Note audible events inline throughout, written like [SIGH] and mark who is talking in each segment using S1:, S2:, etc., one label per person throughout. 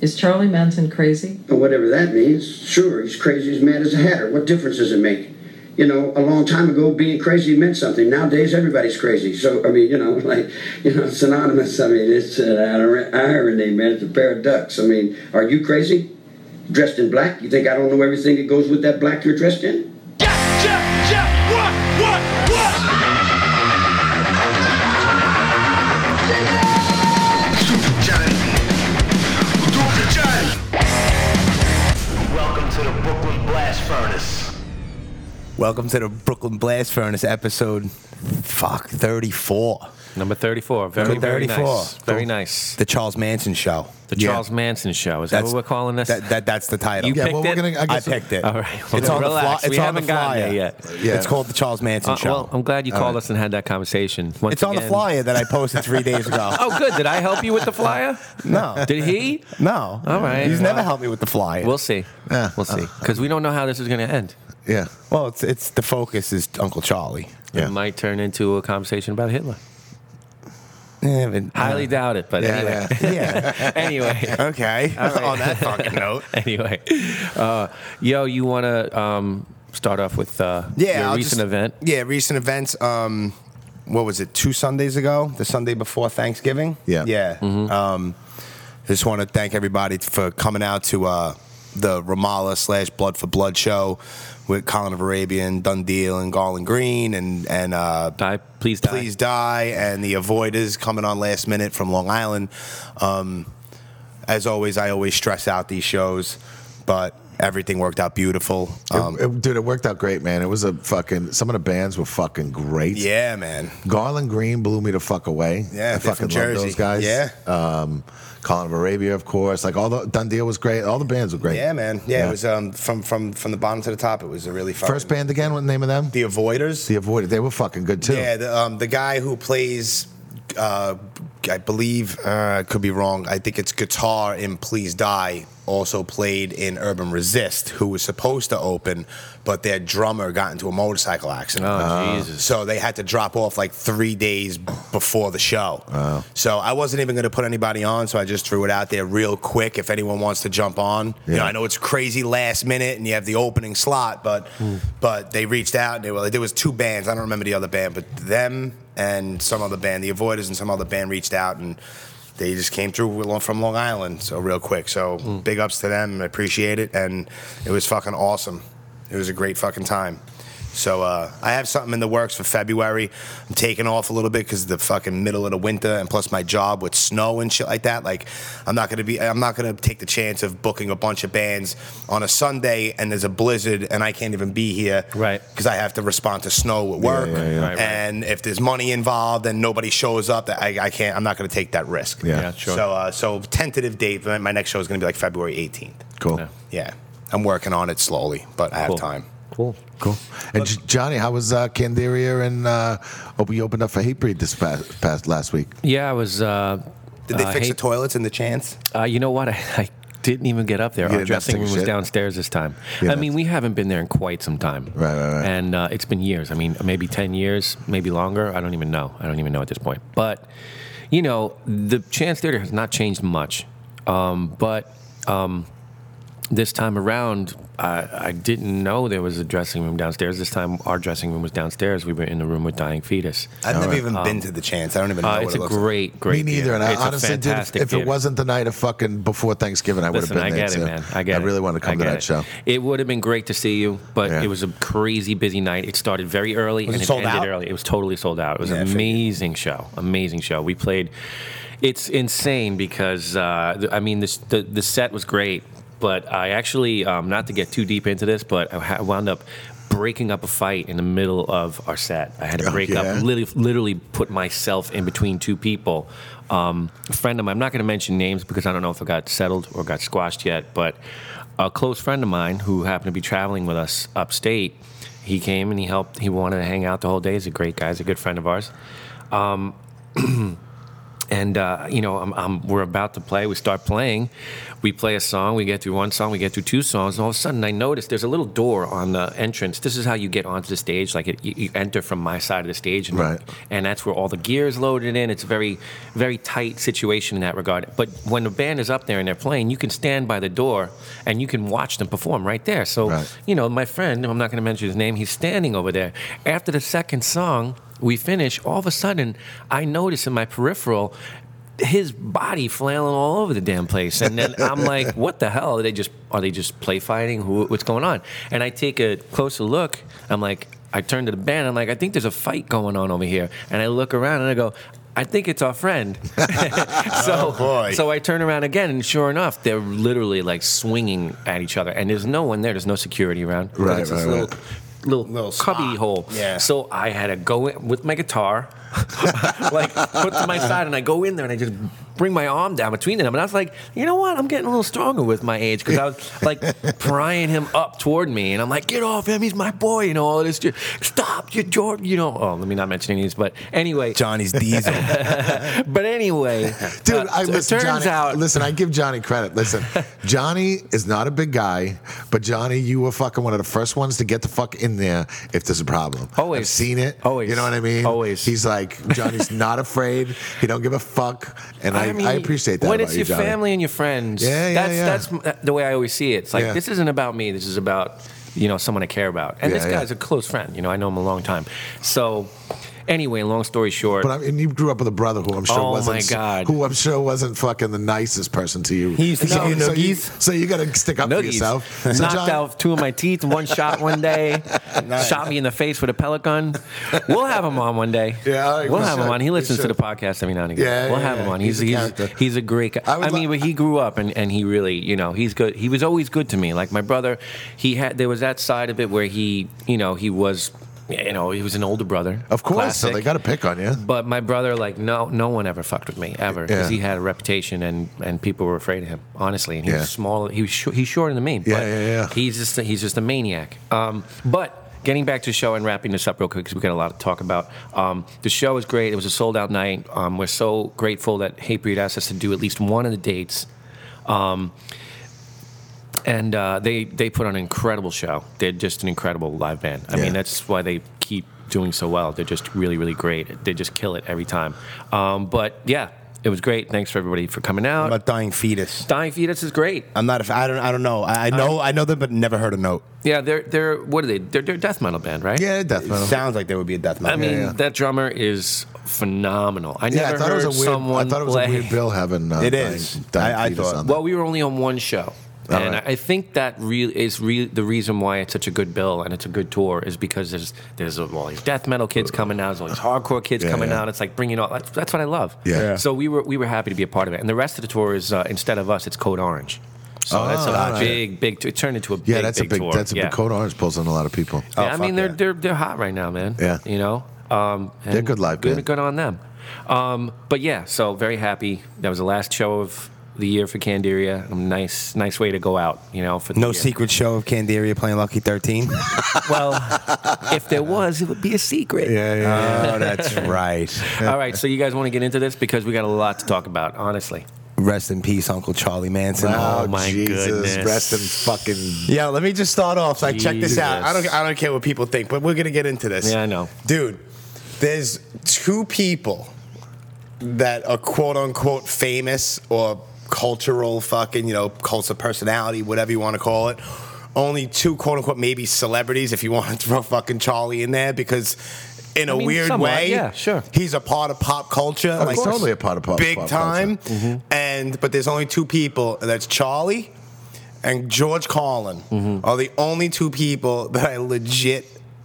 S1: Is Charlie Manson crazy?
S2: Well, whatever that means. Sure, he's crazy as mad as a hatter. What difference does it make? You know, a long time ago, being crazy meant something. Nowadays, everybody's crazy. So, I mean, you know, [LAUGHS] like, you know, synonymous. I mean, it's an irony, man. It's a pair of ducks. I mean, are you crazy? Dressed in black? You think I don't know everything that goes with that black you're dressed in?
S3: Jeff, Jeff, Jeff, what, what, what?
S4: Welcome to the Brooklyn Blast Furnace.
S5: Welcome to the Brooklyn Blast Furnace episode, fuck, 34.
S6: Number 34. Very,
S5: Number
S6: very
S5: 34.
S6: nice. Very
S5: The-
S6: nice.
S5: The Charles Manson Show.
S6: The
S5: Yeah.
S6: Charles Manson Show. Is that
S5: That's-
S6: what we're calling this?
S5: That, that, that's the title.
S6: You
S5: yeah,
S6: picked
S7: well,
S6: it?
S7: we're gonna. I
S5: I
S7: guess
S5: picked it.
S6: All right.
S5: It's on the fly.
S6: Relax.
S5: It's
S6: We
S5: on
S6: haven't
S5: the
S6: gotten
S5: flyer
S6: there yet.
S7: Yeah.
S5: It's called the Charles Manson
S6: Uh,
S5: Show.
S6: well, I'm glad you
S5: All
S6: called
S5: right.
S6: us and had that conversation. Once
S5: It's on the
S6: again-
S5: flyer that I posted
S6: [LAUGHS]
S5: three days ago.
S6: Oh, good. Did I help
S5: [LAUGHS]
S6: you with the flyer?
S5: no,
S6: Did he?
S5: no.
S6: All right.
S5: He's never
S6: Well,
S5: helped me with the flyer.
S6: We'll see.
S7: Yeah.
S6: We'll see.
S5: Uh,
S6: Because we don't know how this is going to end.
S7: Yeah.
S5: Well, it's it's the focus is Uncle Charlie.
S7: Yeah.
S6: It might turn into a conversation about Hitler.
S5: Yeah, but-
S6: Highly doubt it, but
S7: Yeah,
S6: [LAUGHS] anyway.
S5: yeah. [LAUGHS]
S6: anyway.
S5: Okay.
S6: All right.
S5: [LAUGHS] on that fucking note.
S6: anyway, uh, yo, you want to um, start off with uh,
S5: Yeah,
S6: your
S5: I'll
S6: recent
S5: just-
S6: event?
S5: Yeah, recent events. Um, what was it? Two Sundays ago, the Sunday before Thanksgiving.
S7: Yeah.
S5: yeah.
S6: Mm-hmm.
S5: Um, just want to thank everybody for coming out to uh, the Ramallah slash Blood for Blood show with Colin of Arabian, Dundee, and Garland Green, and and uh,
S6: Die, please die.
S5: Please Die and The Avoiders coming on last minute from Long Island. Um, as always, I always stress out these shows, but everything worked out beautiful. Um,
S7: It- it- dude, it worked out great, man. It was a fucking. Some of the bands were fucking great.
S5: yeah, man.
S7: Garland Green blew me the fuck away.
S5: Yeah,
S7: I
S5: they're
S7: fucking
S5: from
S7: love
S5: Jersey.
S7: those guys.
S5: Yeah.
S7: Um, Colin of Arabia, of course. Like all the Dundee was great. All the bands were great.
S5: Yeah, man. Yeah, it was um, from from from the bottom to the top. It was a really fun.
S7: First band again. What the name of them?
S5: The Avoiders.
S7: The Avoided. They were fucking good too.
S5: Yeah, the, um, the guy who plays, uh, I believe, uh, I could be wrong. I think it's guitar in Please Die. Also played in Urban Resist, who was supposed to open, but their drummer got into a motorcycle accident.
S6: Oh,
S7: Uh,
S6: Jesus.
S5: So they had to drop off like three days before the show. So I wasn't even going to put anybody on, so I just threw it out there real quick if anyone wants to jump on. You know,
S7: Yeah.
S5: I know it's crazy last minute and you have the opening slot, but but they reached out and they were like, there was two bands. I don't remember the other band, but them and some other band, the Avoiders and some other band reached out and they just came through with- from Long Island so real quick. So big ups to them. I appreciate it. And it was fucking awesome. It was a great fucking time. So uh, I have something in the works for February. I'm taking off a little bit because the fucking middle of the winter, and plus my job with snow and shit like that. Like, I'm not gonna be, I'm not gonna take the chance of booking a bunch of bands on a Sunday and there's a blizzard and I can't even be here,
S6: Right.
S5: Because I have to respond to snow at work,
S7: yeah, yeah.
S6: Right, right.
S5: and if there's money involved and nobody shows up, that I, I can't. I'm not gonna take that risk.
S7: Yeah.
S6: Yeah, sure.
S5: So, uh, so tentative date. My my next show is gonna be like February 18th.
S7: Cool.
S6: Yeah.
S5: Yeah, I'm working on it slowly, but I have
S6: Cool.
S5: time.
S6: Cool.
S7: Cool. And J- Johnny, how was uh, Candiria and uh, oh, we opened up for Hatebreed this past, past last week?
S6: Yeah, I was. Uh,
S5: Did they
S6: uh,
S5: fix
S6: hey-
S5: the toilets in the chance?
S6: Uh, you know what? [LAUGHS] I, I didn't even get up there.
S7: You
S6: Our
S7: didn't have to
S6: dressing
S7: take a
S6: room was
S7: shit?
S6: downstairs this time.
S7: You
S6: I
S7: didn't
S6: mean,
S7: have
S6: we haven't been there in quite some time.
S7: Right, right, right.
S6: And uh, it's been years. I mean, maybe 10 years, maybe longer. I don't even know. I don't even know at this point. But, you know, the Chance Theater has not changed much. Um, but um, this time around, I, I didn't know there was a dressing room downstairs. This time, our dressing room was downstairs. We were in the room with Dying Fetus.
S5: I've never even been to the chance. I don't even know
S6: Uh,
S5: what
S6: it's
S5: it
S6: a
S5: looks like.
S6: great, great.
S7: Me neither.
S6: theater.
S7: And I
S6: It's a
S7: honestly did. If,
S6: fantastic
S7: if it
S6: theater.
S7: wasn't the night of fucking before Thanksgiving, I would have
S6: Listen,
S7: been
S6: I
S7: there
S6: get
S7: too.
S6: it, man. I get it.
S7: really wanted to come to
S6: get
S7: that
S6: it.
S7: show.
S6: It would have been great to see you, but
S7: Yeah.
S6: it was a crazy busy night. It started very early
S5: Was
S6: and
S5: it
S6: it,
S5: sold
S6: ended
S5: out?
S6: early. It was totally sold out. It was
S5: Yeah, I
S6: an
S5: figured.
S6: amazing show. Amazing show. We played. It's insane because uh, th- I mean this, the the set was great, but I actually um, not to get too deep into this, but I ha- wound up. Breaking up a fight in the middle of our set. I had to break
S7: yeah?
S6: up, literally, literally put myself in between two people. Um, a friend of mine, I'm not going to mention names because I don't know if it got settled or got squashed yet, but a close friend of mine who happened to be traveling with us upstate, he came and he helped. He wanted to hang out the whole day. He's a great guy. He's a good friend of ours. Um, And uh, you know, I'm, I'm, we're about to play. We start playing. We play a song. We get through one song. We get through two songs. And all of a sudden, I notice there's a little door on the entrance. This is how you get onto the stage. Like it, you, you enter from my side of the stage, and,
S7: Right.
S6: and that's where all the gear is loaded in. It's a very, very tight situation in that regard. But when the band is up there and they're playing, you can stand by the door and you can watch them perform right there. So
S7: Right.
S6: you know, my friend, I'm not going to mention his name, he's standing over there. After the second song, we finish, all of a sudden, I notice in my peripheral, his body flailing all over the damn place, and then
S5: [LAUGHS]
S6: I'm like, "What the hell? Are they just are they just play fighting? Who, what's going on?" And I take a closer look. I'm like, I turn to the band. I'm like, "I think there's a fight going on over here." And I look around and I go, "I think it's our
S5: [LAUGHS]
S6: friend." [LAUGHS]
S5: Oh,
S6: so,
S5: boy.
S6: so I turn around again, and sure enough, they're literally like swinging at each other, and there's no one there. There's no security around.
S7: Right,
S6: It's this
S7: right,
S6: little, little,
S5: Little
S6: cubby
S5: spot.
S6: hole.
S5: Yeah.
S6: So I had to go in with my guitar, [LAUGHS] like put to my side, and I go in there and I just bring my arm down between them, and I was like, you know what? I'm getting a little stronger with my age because I
S7: [LAUGHS]
S6: was like prying him up toward me, and I'm like, get off him, he's my boy, you know all this. shit. Stop, you're Jordan, you know. Oh, let me not mention any of these, but anyway,
S5: Johnny's [LAUGHS] Diesel.
S6: but anyway,
S7: [LAUGHS] Dude,
S6: uh,
S7: I
S6: it
S7: listen,
S6: turns
S7: Johnny,
S6: out.
S7: Listen, I give Johnny credit.
S6: [LAUGHS]
S7: Listen, Johnny is not a big guy, but Johnny, you were fucking one of the first ones to get the fuck in there if there's a problem.
S6: Always.
S7: I've seen it.
S6: Always.
S7: You know what I mean?
S6: Always.
S7: He's like Johnny's not afraid. He don't give a fuck, and I, I,
S6: mean,
S7: appreciate that.
S6: When
S7: about
S6: it's
S7: you,
S6: your
S7: Johnny.
S6: family and your friends,
S7: Yeah, yeah,
S6: that's
S7: yeah.
S6: that's m- that- the way I always see it. It's like
S7: Yeah.
S6: this isn't about me. This is about you know someone I care about. And
S7: Yeah,
S6: this
S7: yeah.
S6: guy's a close friend. You know, I know him a long time. So anyway, long story short,
S7: But I mean, you grew up with a brother who I'm sure
S6: Oh,
S7: wasn't
S6: my God.
S7: who I'm sure wasn't fucking the nicest person to you.
S5: He used to
S7: so,
S5: give you
S7: so you,
S5: noogies?
S7: so you got to stick up for
S6: Noogies.
S7: yourself. So
S6: [LAUGHS] Knocked
S7: John-
S6: out two of my teeth in one shot
S7: [LAUGHS]
S6: one day. Shot me in the face with a pellet gun. We'll have him on one day.
S7: [LAUGHS] Yeah, all right,
S6: we'll
S7: we
S6: have him
S7: should.
S6: on. He
S7: We
S6: listens to the
S7: should.
S6: podcast every now and again.
S7: Yeah,
S6: we'll
S7: yeah,
S6: have him
S7: yeah.
S6: on. He's
S7: He's a
S6: he's he's,
S7: character.
S6: a great guy.
S7: I
S6: I,
S7: would
S6: mean,
S7: li-
S6: but he grew up and, and he really, you know, he's good. He was always good to me. Like my brother, he had there was that side of it where he, you know, he was, you know, he was an older brother.
S7: Of course, so
S6: Classic.
S7: they got to pick on you.
S6: But my brother, like, no, no one ever fucked with me ever because
S7: Yeah.
S6: he had a reputation and and people were afraid of him. Honestly, and he
S7: Yeah.
S6: was small. He was sh- he's shorter than me.
S7: Yeah,
S6: but
S7: yeah, yeah.
S6: He's just he's just a maniac. Um, but. Getting back to the show and wrapping this up real quick because we got a lot to talk about. Um, the show was great. It was a sold out night. Um, we're so grateful that Hatebreed asked us to do at least one of the dates um, and uh, they they put on an incredible show. They're just an incredible live band. I
S7: Yeah.
S6: mean, that's why they keep doing so well. They're just really really great. They just kill it every time. Um, but yeah, it was great. Thanks for everybody for coming out.
S5: I'm a dying fetus.
S6: Dying Fetus is great.
S5: I'm not. A, f- I don't. I don't know. I, I know. I know them, but never heard a note.
S6: Yeah, they're they're what are they? They're, they're a death metal band, right?
S7: Yeah, death metal.
S5: Sounds like there would be a death
S6: I
S5: metal.
S6: mean,
S7: yeah.
S6: that drummer is phenomenal. I
S7: Yeah,
S6: never
S7: I thought it
S6: heard
S7: was a weird.
S6: someone
S7: I thought it was
S6: play.
S7: a
S6: [LAUGHS]
S7: weird bill having. Uh,
S5: It
S7: dying-
S5: is.
S7: dying
S5: I- I
S7: fetus
S5: thought-
S7: on there.
S6: Well, we were only on one show.
S7: All
S6: and
S7: right.
S6: I I think that real is real the reason why it's such a good bill and it's a good tour is because there's there's all these death metal kids coming out, there's all these hardcore kids
S7: Yeah,
S6: coming
S7: yeah.
S6: out. It's like bringing all that's, that's what I love.
S7: Yeah. Yeah.
S6: So we were we were happy to be a part of it, and the rest of the tour is uh, instead of us, it's Code Orange. So
S7: Oh,
S6: that's a
S7: all right.
S6: big big. T- it turned into a
S7: yeah,
S6: big,
S7: that's
S6: big
S7: a big.
S6: tour.
S7: That's a
S6: yeah.
S7: big. Code Orange pulls on a lot of people.
S5: Oh,
S6: Yeah, I mean
S5: fuck
S6: they're
S5: yeah.
S6: they're they're hot right now, man.
S7: Yeah.
S6: you know, um, and
S7: They're good live
S6: Good,
S7: band.
S6: good on them. Um, but yeah, so very happy. That was the last show of the year for Candiria. Um, Nice, nice way to go out. You know, for the
S5: No
S6: year.
S5: secret show of Candiria playing Lucky [LAUGHS] Thirteen.
S6: [LAUGHS]
S5: Oh,
S6: Well, if there was, it would be a secret.
S7: Yeah, yeah.
S5: oh, that's right.
S6: All right, so you guys want to get into this because we got a lot to talk about. Honestly,
S5: Rest in peace, Uncle Charlie Manson.
S6: Oh, my
S7: Jesus,
S6: goodness.
S7: Rest in fucking.
S5: Yeah, let me just start off. Like, check this out. I don't,
S6: Jesus.
S5: I don't care what people think, but we're gonna get into this.
S6: Yeah, I know.
S5: dude. There's two people that are quote unquote famous or cultural fucking, you know, cults of personality, whatever you want to call it. Only two quote unquote maybe celebrities if you want to [LAUGHS] throw fucking Charlie in there because. In a
S6: mean,
S5: weird
S6: somewhat,
S5: way,
S6: yeah, sure.
S5: He's a part of pop culture, like
S7: course. Totally a part of pop-
S5: big
S7: pop culture.
S5: time.
S7: Mm-hmm.
S5: And but there's only two people, and that's Charlie and George Carlin
S7: Mm-hmm.
S5: are the only two people that I legit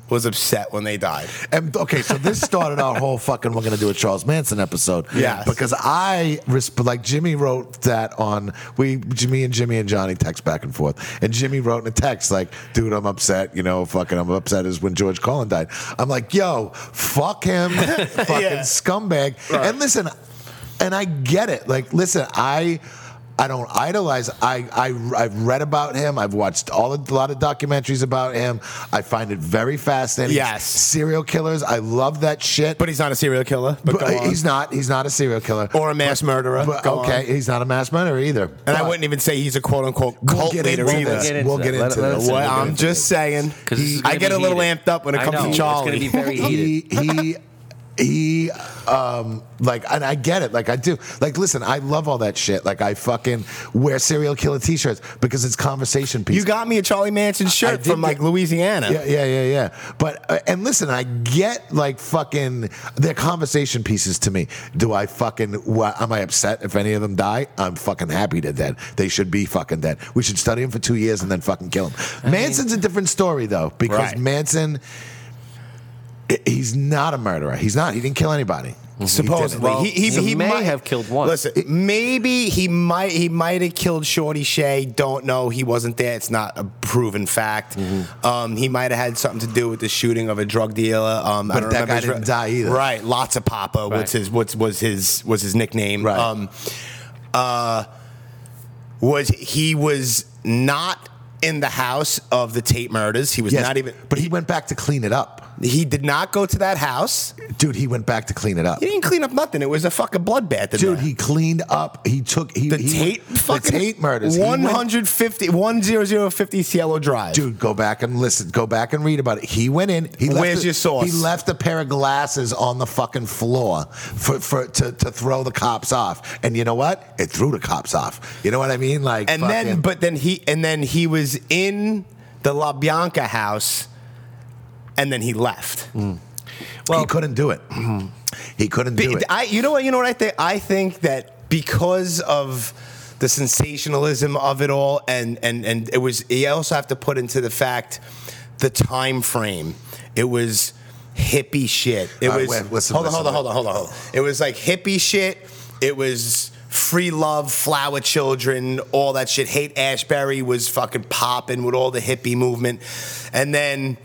S5: was upset when they died.
S7: And, okay, so this started our whole fucking we're gonna do a Charles Manson episode.
S5: Yes.
S7: Because I resp- like Jimmy wrote that on we Jimmy and Jimmy and Johnny text back and forth, and Jimmy wrote in a text like, "Dude, I'm upset. You know, fucking, I'm upset is when George Collin died. I'm like, yo, fuck him, fucking
S5: [LAUGHS] Yeah.
S7: scumbag. And listen, and I get it. Like, listen, I. I don't idolize. I, I I've read about him. I've watched all a lot of documentaries about him. I find it very fascinating.
S5: Yes.
S7: serial killers. I love that shit.
S5: But he's not a serial killer.
S7: But
S5: But, go on.
S7: he's not. He's not a serial killer
S5: Or a mass murderer.
S7: But,
S5: Go
S7: okay,
S5: on.
S7: he's not a mass murderer either.
S5: and I wouldn't even say he's a quote unquote
S7: We'll
S5: cult
S7: get
S5: leader
S7: into
S5: either.
S7: this.
S6: We'll
S7: We'll get
S6: get into it. Let-
S7: into
S6: let us
S7: this.
S6: in.
S5: Well,
S6: We'll
S5: I'm
S6: get
S5: just saying.
S6: Because this is
S5: I
S6: gonna
S5: get
S6: be
S5: a little
S6: heated.
S5: amped up when it
S6: I
S5: comes
S6: know,
S5: to
S6: it's
S5: Charlie.
S6: gonna be very heated.
S7: he he he um like and I get it like I do like listen I love all that shit like I fucking wear serial killer t-shirts because it's conversation piece
S5: You got me a Charlie Manson shirt
S7: did
S5: from like
S7: get-
S5: Louisiana.
S7: yeah yeah yeah yeah but uh, and listen I get like fucking they're conversation pieces to me do I fucking what am I upset if any of them die I'm fucking happy they're dead they should be fucking dead we should study them for two years and then fucking kill them Manson's a different story though because
S5: Right.
S7: Manson he's not a murderer. He's not. He didn't kill anybody.
S5: Supposedly,
S6: Well,
S5: he, he,
S6: he
S5: he
S6: may
S5: might
S6: have killed one.
S5: Listen, maybe he might he might have killed Shorty Shea. Don't know. He wasn't there. It's not a proven fact.
S7: Mm-hmm.
S5: Um, he might have had something to do with the shooting of a drug dealer. Um, I
S7: But
S5: don't
S7: that
S5: remember
S7: guy
S5: his re-
S7: didn't die either.
S5: Right, lots of Papa. What's
S6: Right.
S5: his what's was his was his nickname?
S7: Right.
S5: Um, uh, was he was not in the house of the Tate murders. He was
S7: Yes,
S5: not even.
S7: But he went back to clean it up,
S5: He did not go to that house.
S7: dude. He went back to clean it up.
S5: He didn't clean up nothing. It was a fucking bloodbath. in
S7: Dude,
S5: there.
S7: he cleaned up. He took he
S5: The
S7: he-
S5: Tate
S7: the
S5: fucking
S7: Tate murders. He went-
S5: 150 10050 Cielo Drive.
S7: Dude, go back and listen. Go back and read about it. He went in. He left
S5: Where's
S7: a-
S5: your sauce?
S7: He left a pair of glasses on the fucking floor for, for to, to throw the cops off. And you know what? It threw the cops off. You know what I mean? Like
S5: and then
S7: fucking-
S5: but then he and then he was in the La Bianca house and then he left.
S7: he couldn't do it. He couldn't
S5: Be-
S7: do it.
S5: I you know what you know what I think I think that because of the sensationalism of it all and and and it was you also have to put into the fact the time frame. It was hippie shit. It
S7: All right,
S5: was
S7: wait, listen,
S5: hold on,
S7: listen,
S5: hold on, hold on, hold on, hold on. It was like hippie shit. It was free love, flower children, all that shit. Hate Ashbury was fucking popping with all the hippie movement, and then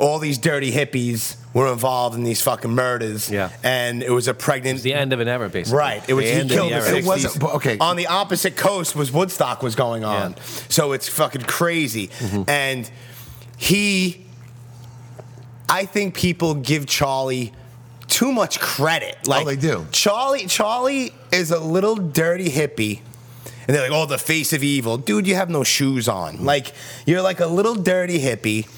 S5: all these dirty hippies were involved in these fucking murders.
S6: Yeah.
S5: and it was a pregnant.
S6: It's the end of an era, basically.
S5: Right. It was
S6: the
S5: he
S6: end of
S5: killed
S6: the
S5: the
S6: era.
S7: It
S5: 60s.
S7: wasn't- but okay.
S5: On the opposite coast was Woodstock was going on.
S6: Yeah.
S5: So it's fucking crazy. And he I think people give Charlie too much credit. Like
S7: they do.
S5: Charlie Charlie is a little dirty hippie. And they're like, oh, the face of evil. Dude, you have no shoes on. Like, you're like a little dirty hippie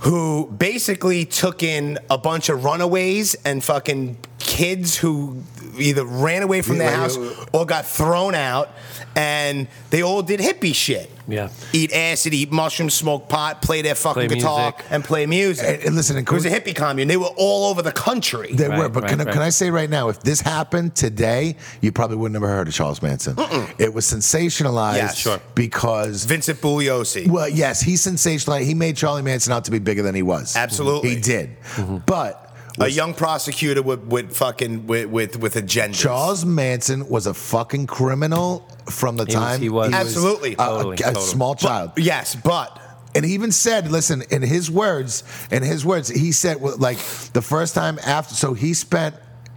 S5: who basically took in a bunch of runaways and fucking kids who either ran away from their
S7: Yeah, uh,
S5: house
S7: yeah.
S5: or got thrown out, and they all did hippie shit.
S6: Yeah.
S5: Eat acid, eat mushrooms, smoke pot, play their fucking
S6: Play
S5: guitar,
S6: music.
S5: and play music.
S7: And- and listen, and
S5: it was a
S7: Cody-
S5: hippie commune. They were all over the country.
S7: They
S6: Right,
S7: were, but
S6: right,
S7: can, I
S6: right.
S7: can I say right now, if this happened today, you probably wouldn't have heard of Charles Manson. It was sensationalized
S5: Yeah, sure.
S7: because,
S5: Vincent Bugliosi.
S7: well, yes, he sensationalized. He made Charlie Manson out to be bigger than he was.
S5: Absolutely. Mm-hmm. Uh,
S7: he did. But
S5: a young prosecutor with, with fucking with with, with agendas.
S7: Charles Manson was a fucking criminal from the
S6: was-
S7: time
S6: he was.
S5: Absolutely.
S7: a, a-
S6: Totally,
S7: a
S6: totally.
S7: small child.
S5: Yes, but
S7: And he even said, listen, in his words, in his words, he said, well, like the first time after, so he spent,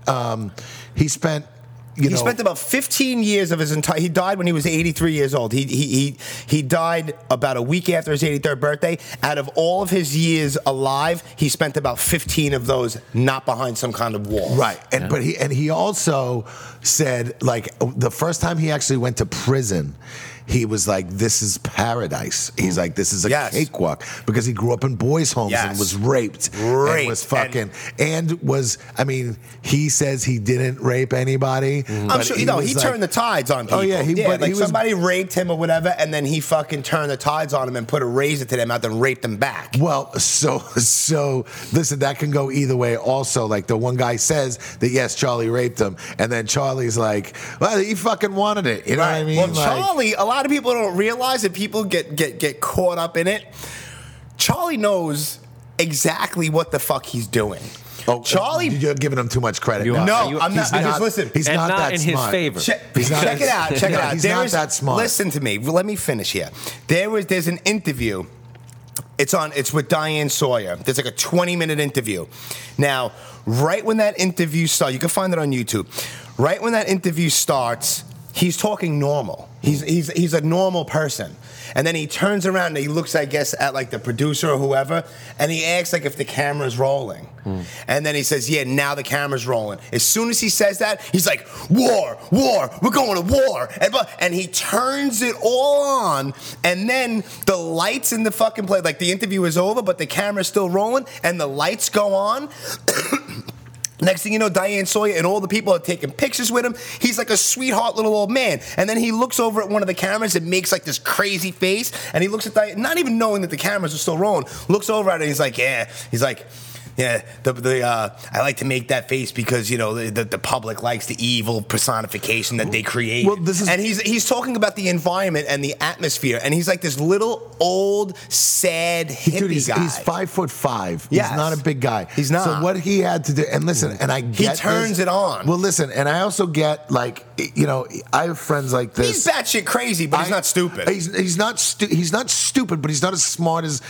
S7: um, he spent, you
S5: he
S7: know,
S5: spent about 15 years of his entire. He died when he was 83 years old. He he he he died about a week after his 83rd birthday. Out of all of his years alive, he spent about 15 of those not behind some kind of wall.
S7: Right, and but he and he also said like the first time he actually went to prison, he was like, "This is paradise." He's like, "This is a
S5: Yes.
S7: cakewalk," because he grew up in boys' homes
S5: Yes.
S7: and was raped, and
S5: Raped,
S7: was
S5: and-
S7: fucking, and, was. I mean, he says he didn't rape anybody.
S5: Mm-hmm. I'm
S7: but
S5: sure you know
S7: was
S5: he
S7: like-
S5: turned the tides on people.
S7: Oh, yeah, he- but
S5: like
S7: he was-
S5: somebody raped him or whatever, and then he fucking turned the tides on him and put a razor to their mouth and raped them back.
S7: Well, so so listen, that can go either way. Also, like the one guy says that yes, Charlie raped him, and then Charlie's like, "Well, he fucking wanted it." You know what I mean?
S5: Well,
S7: Like-
S5: Charlie, a lot of people don't realize that people get get get caught up in it. Charlie knows exactly what the fuck he's doing.
S7: Oh,
S5: Charlie
S7: you're giving him too much credit.
S6: You are.
S5: No,
S6: Are you-
S5: I'm not.
S7: he's
S5: I just
S7: not-
S5: listen.
S7: he's
S6: and
S7: not
S6: not,
S7: that
S6: in
S7: smart.
S6: his favor.
S5: Check,
S7: He's not
S5: check
S7: that-
S5: it out. Check it
S7: No,
S5: out.
S7: he's not
S5: There is-
S7: that smart.
S5: Listen to me. Let me finish here. There was there's an interview. It's on. It's with Diane Sawyer. There's like a 20 minute interview. Now, right when that interview starts, you can find it on YouTube. Right when that interview starts, he's talking normal. He's he's he's a normal person, and then he turns around and he looks, I guess, at like the producer or whoever, and he asks like if the camera's rolling, and then he says, "Yeah, now the camera's rolling." As soon as he says that, he's like, "War, war, we're going to war," and bu- and he turns it all on, and then the lights in the fucking play, like the interview is over, but the camera's still rolling, and the lights go on. Next thing you know, Diane Sawyer and all the people are taking pictures with him. He's like a sweetheart little old man. And then he looks over at one of the cameras and makes like this crazy face. And he looks at Diane, not even knowing that the cameras are still rolling, looks over at it. And he's like, yeah. He's like, yeah, the, the uh, I like to make that face because you know the, the, the public likes the evil personification that they create.
S7: Well, this is-
S5: and he's he's talking about the environment and the atmosphere, and he's like this little old sad hippie
S7: Dude, he's,
S5: guy.
S7: he's five foot five.
S5: Yes.
S7: He's not a big guy.
S5: He's not.
S7: So what he had to do, and listen, and I get this.
S5: turns it on.
S7: Well, listen, and I also get like, you know, I have friends like this.
S5: He's batshit crazy, but he's
S7: I-
S5: not stupid.
S7: He's, he's not stu- he's not stupid, but he's not as smart as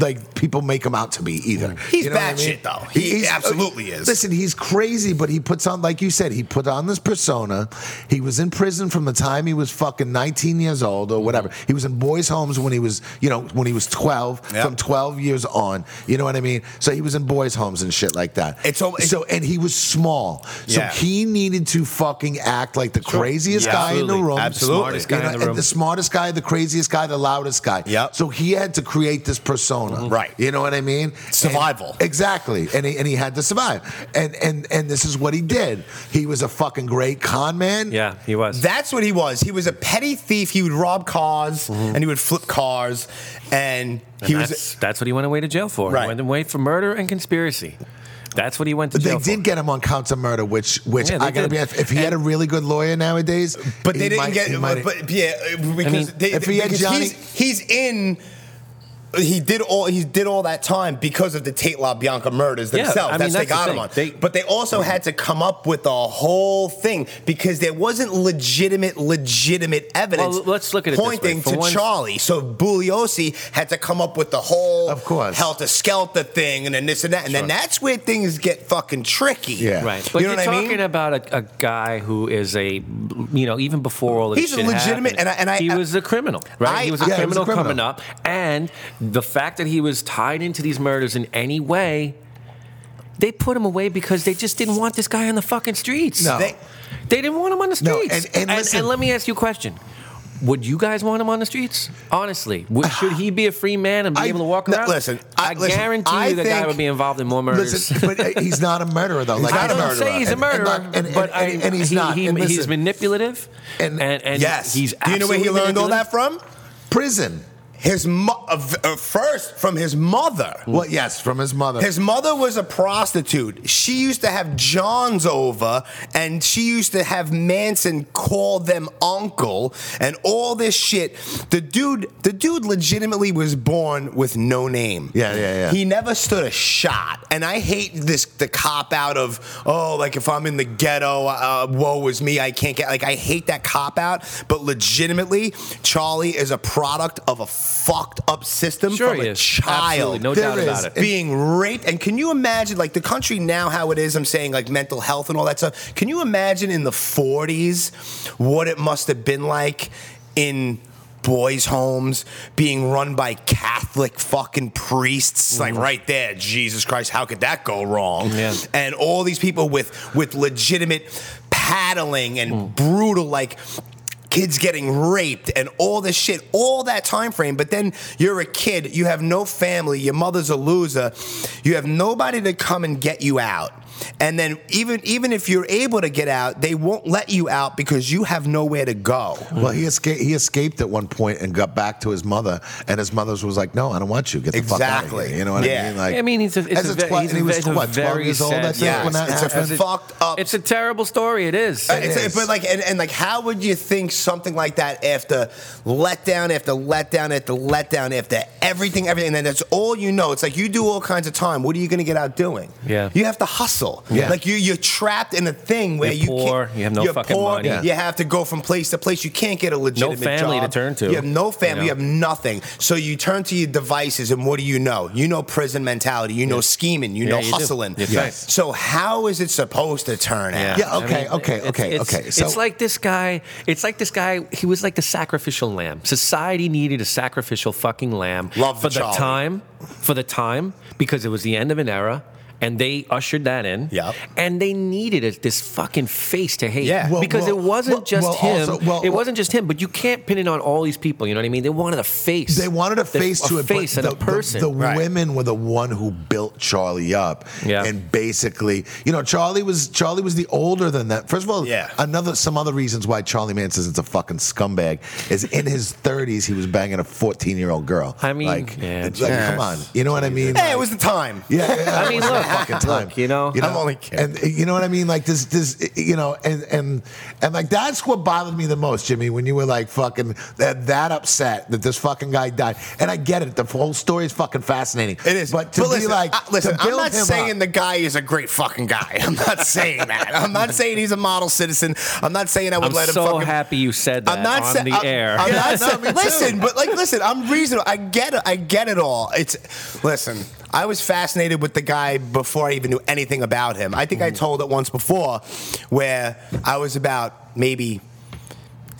S7: like people make him out to be either.
S5: He's batshit, though. He absolutely is.
S7: Listen, he's crazy, but he puts on like you said, he put on this persona. He was in prison from the time he was fucking 19 years old or whatever. He was in boys' homes when he was, you know, when he was 12,
S5: Mm-hmm. Yeah.
S7: from 12 years on. You know what I mean? So he was in boys' homes and shit like that.
S5: It's al-
S7: so and he was small. So
S5: Yeah.
S7: he needed to fucking act like the craziest
S5: Yeah,
S7: guy in the
S6: absolutely.
S7: room.
S5: Absolutely.
S6: Smartest guy
S7: You know,
S6: in
S7: and
S6: the room.
S7: the smartest guy, the craziest guy, the loudest guy.
S5: Yep. Mm-hmm.
S7: So he had to create this persona.
S5: Right.
S7: You know what I mean?
S5: Survival.
S7: And- exactly. And he, and he had to survive. And and and this is what he did. He was a fucking great con man.
S6: yeah, he was.
S5: That's what he was. He was a petty thief. He would rob cars and he would flip cars, and
S6: Mm-hmm. And
S5: he
S6: that's,
S5: was.
S6: that's what he went away to jail for.
S5: Right.
S6: He went away for murder and conspiracy. That's what he went to
S7: But
S6: jail
S7: they
S6: for.
S7: did get him on counts of murder, which which
S6: Yeah, they
S7: I gotta
S6: did.
S7: be honest, if he had a really good lawyer nowadays.
S5: But
S7: he
S5: they didn't
S7: might- he
S5: get.
S7: might-
S5: But, but yeah, uh, because
S6: mean,
S5: they,
S7: if he had
S5: because
S7: Johnny-
S5: he's, he's in. He did all he did all that time because of the Tate LaBianca murders
S6: Yeah,
S5: themselves.
S6: I mean,
S5: that's, they
S6: that's the
S5: got him
S6: thing.
S5: on.
S6: They-
S5: but they also had to come up with a whole thing because there wasn't legitimate legitimate evidence.
S6: Well, let's look at it this way.
S5: pointing
S6: For
S5: to
S6: one-
S5: Charlie. So Bugliosi had to come up with the whole
S7: Of course.
S5: helter skelter thing and then this and that, and then that's where things get fucking tricky.
S7: Yeah.
S5: [LAUGHS]
S6: Right, but
S5: you know
S6: are
S5: what I
S6: talking
S5: mean?
S6: about a, a guy who is a, you know, even before all this,
S5: He's a
S6: shit
S5: legitimate-
S6: happened,
S5: and I- and I-
S6: he
S5: I-
S6: was a criminal, right?
S5: I-
S6: he was a,
S7: Yeah, he was
S6: criminal
S7: a criminal.
S6: coming up, and the fact that he was tied into these murders in any way, they put him away because they just didn't want this guy on the fucking streets.
S7: No.
S5: They-
S6: They didn't want him on the
S7: No,
S6: streets.
S7: and- and listen-
S6: let me ask you a question. Would you guys want him on the streets? Honestly, would, should he be a free man and be
S7: I-
S6: able to walk
S5: no,
S6: around?
S5: listen, I-
S6: I,
S5: listen,
S6: guarantee
S5: I
S6: you the guy
S5: think-
S6: would be involved in more murders.
S7: Listen, but uh, he's not a murderer though. [LAUGHS] Like
S5: not
S6: I
S5: a
S6: don't
S5: murderer.
S6: say he's a
S7: And- and
S6: murderer,
S7: not- and-
S6: but
S7: and-
S6: I,
S7: and he's
S6: he-
S7: not.
S6: He,
S7: And
S6: he's
S7: listen-
S6: manipulative,
S7: And-
S6: and and, and
S5: Yes.
S6: he's.
S5: Do you know where he
S6: absolutely
S5: learned all that
S6: manipulative.
S5: from?
S7: prison.
S5: His mo- uh, v- uh, first from his mother.
S6: Hmm.
S7: Well, yes, from his mother.
S5: His mother was a prostitute. She used to have Johns over, and she used to have Manson call them uncle, and all this shit. The dude, the dude, legitimately was born with no name.
S7: Yeah, yeah, yeah.
S5: He never stood a shot, and I hate this the cop out of oh, like if I'm in the ghetto, uh, woe is me, I can't get. Like I hate that cop out, but legitimately, Charlie is a product of a fucked up system
S6: Sure
S5: from
S6: he
S5: a
S6: is.
S5: child
S6: Absolutely, no
S7: There
S6: doubt
S7: is-
S6: about it.
S5: being raped. And can you imagine, like, the country now, how it is? I'm saying, like, mental health and all that stuff. Can you imagine in the 40s what it must have been like in boys' homes being run by Catholic fucking priests? Like, right there, Jesus Christ, how could that go wrong?
S6: Mm-hmm. Yeah.
S5: And all these people with with legitimate paddling and
S6: Mm.
S5: brutal, like, kids getting raped and all this shit all that time frame but then you're a kid you have no family your mother's a loser you have nobody to come and get you out and then even even if you're able to get out they won't let you out because you have nowhere to go
S7: Well, he escaped. He escaped at one point and got back to his mother, and his mother was like, "No, I don't want you. Get the fuck out of
S5: Exactly.
S7: here." You know what
S5: Yeah.
S7: I mean? Like,
S6: I mean, he's a, it's
S7: as
S6: a,
S7: a
S6: ve-
S7: twi-
S6: he's
S7: and he
S6: a,
S7: was
S6: it's
S7: what,
S6: a
S7: 12
S6: very
S7: years old, I
S6: sad
S7: think,
S5: when that
S6: it's a-
S5: happened?
S6: it's a-
S5: Fucked up.
S6: It's a terrible story. It is.
S5: It's-
S7: is.
S5: But like, and, and like, how would you think something like that after letdown after letdown after letdown after everything, everything, and that's all you know? It's like you do all kinds of time. What are you going to get out doing?
S6: Yeah.
S5: you have to hustle.
S7: Yeah.
S5: like you, you're trapped in a thing where
S6: You're
S5: you
S6: poor,
S5: Can't,
S6: you have no
S5: you're
S6: fucking
S5: poor,
S6: money.
S5: You have to go from place to place. You can't get a legitimate
S6: family to
S5: job.
S6: turn to,
S5: You have no
S6: you
S5: family.
S6: know?
S5: You have nothing. So you turn to your devices, and what do you know? You know prison mentality. You know scheming. You
S6: Yeah,
S5: know
S6: you do.
S5: hustling.
S6: Yes. Yes.
S5: So how is it supposed the turnout.
S7: Yeah, okay, okay,
S6: it's-
S7: okay,
S6: it's-
S7: okay. So-
S6: it's like this guy. It's like this guy. He was like the sacrificial lamb. Society needed a sacrificial fucking lamb
S5: Love
S6: for
S5: the
S6: the
S5: Charlie.
S6: time, for the time, because it was the end of an era. And they ushered that in.
S5: Yep.
S6: And they needed it, this fucking face to hate.
S5: Yeah. Well,
S6: because it
S7: well,
S6: wasn't
S7: well,
S6: just
S7: well,
S6: him.
S7: also- well,
S6: it wasn't just him, but you can't pin it on all these people. You know what I mean? They wanted a face.
S7: They wanted a
S6: The-
S7: face to
S6: a
S7: it. but
S6: face and
S7: the,
S6: a person.
S7: The, the
S5: Right.
S7: women were the one who built Charlie up.
S6: Yeah.
S7: And basically, you know, Charlie was Charlie was the older than that. First of all,
S5: Yeah.
S7: another some other reasons why Charlie Manson's a fucking scumbag is in his 30s he was banging a 14 year old girl.
S6: I mean,
S7: like,
S6: yeah,
S7: it's like,
S5: Jesus.
S7: come on, you know what I mean?
S5: Hey,
S7: Like-
S5: it was the time.
S7: yeah, yeah,
S6: I mean,
S7: it was
S6: look,
S7: that fucking time.
S6: look, you know,
S5: I'm only kidding.
S7: And uh, you know what I mean? Like this, this, you know, and and and like that's what bothered me the most, Jimmy. When you were like fucking that, that upset that this fucking guy died, and I get it. The whole story is fucking fascinating.
S5: It is,
S7: but to be
S5: listen,
S7: like,
S5: I, listen,
S7: to
S5: I'm
S7: build
S5: not
S7: him
S5: saying
S7: up,
S5: the guy is a great fucking guy. I'm not saying that. I'm not saying he's a model citizen. I'm not saying I would
S6: I'm
S5: let him.
S6: so
S5: fucking,
S6: happy you said that
S5: I'm not
S6: on
S5: sa-
S6: the
S5: I'm-
S6: air.
S5: I'm
S7: Yeah,
S6: [LAUGHS]
S5: not
S7: no,
S5: sa-
S7: me too.
S5: listen, but like, listen, I'm reasonable. I get it. I get it all. It's listen. I was fascinated with the guy before I even knew anything about him. I
S6: Mm-hmm.
S5: think I told it once before, where I was about maybe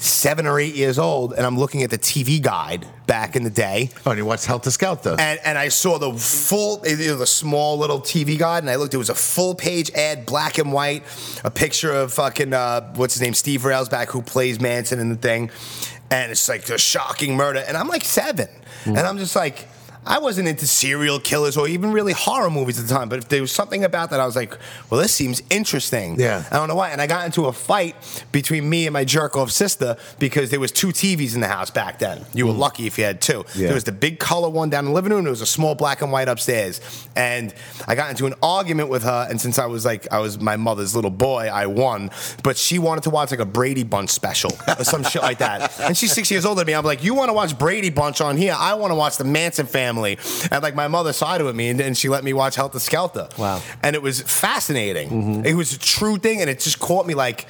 S5: seven or eight years old, and I'm looking at the TV guide back in the day,
S7: Oh, and you watched Helter Skelter.
S5: and and I saw the full, it was a small little TV guide, and I looked. It was a full page ad, black and white, a picture of fucking uh, what's his name, Steve Railsback, who plays Manson in the thing, and it's like a shocking murder. And I'm like seven, and I'm just like. I wasn't into serial killers or even really horror movies at the time, but if there was something about that, I was like, "Well, this seems interesting."
S7: Yeah.
S5: I don't know why. And I got into a fight between me and my jerk off sister because there was two TVs in the house back then. You were lucky if you had two.
S7: Yeah.
S5: There was the big color one down in the living room. There was a small black and white upstairs. And I got into an argument with her. And since I was like, I was my mother's little boy, I won. But she wanted to watch like a Brady Bunch special or some shit like that. And she's six years older than me. I'm like, you want to watch Brady Bunch on here? I want to watch the Manson family. And like my mother sided with me and, and she let me watch Helter Skelter.
S6: Wow.
S5: And it was fascinating. It was a true thing. And it just caught me like,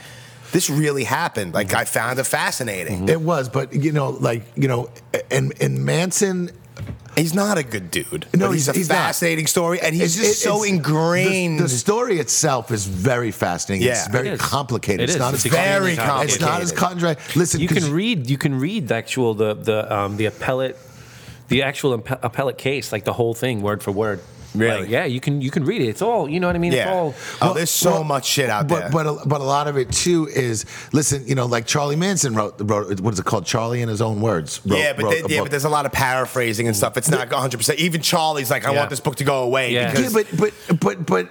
S5: this really happened. Like I found it fascinating.
S7: it was, but you know, like you know, and and Manson
S5: He's not a good dude.
S7: No,
S5: but he's,
S7: he's-
S5: a
S7: he's not.
S5: fascinating story, and he's
S7: It-
S5: just
S7: it-
S5: so
S7: it's-
S5: ingrained.
S7: The, the story itself is very fascinating.
S5: Yeah.
S7: it's very
S6: It is.
S7: complicated.
S6: It
S7: it's
S6: is.
S7: not
S6: It's
S7: as
S5: very
S7: It's not as
S5: complicated.
S7: cut and dry. Listen,
S6: you
S7: 'cause-
S6: can read you can read the actual the the um, the appellate the actual appe- appellate case like the whole thing word for word
S5: Really?
S6: Like, yeah you can you can read it it's all you know what i mean
S5: yeah.
S6: it's all
S5: oh, there's so much shit out
S7: but,
S5: there.
S7: But a, but a lot of it too is listen, you know, like Charlie Manson wrote wrote what is it called? Charlie in his own words. Wrote,
S5: yeah, but
S7: wrote Mm.
S5: they-
S7: a
S5: yeah,
S7: book.
S5: but there's a lot of paraphrasing and stuff. It's not 100. percent Even Charlie's like, I
S6: Yeah.
S5: want this book to go away
S6: Yeah.
S5: because
S7: yeah, but but but but.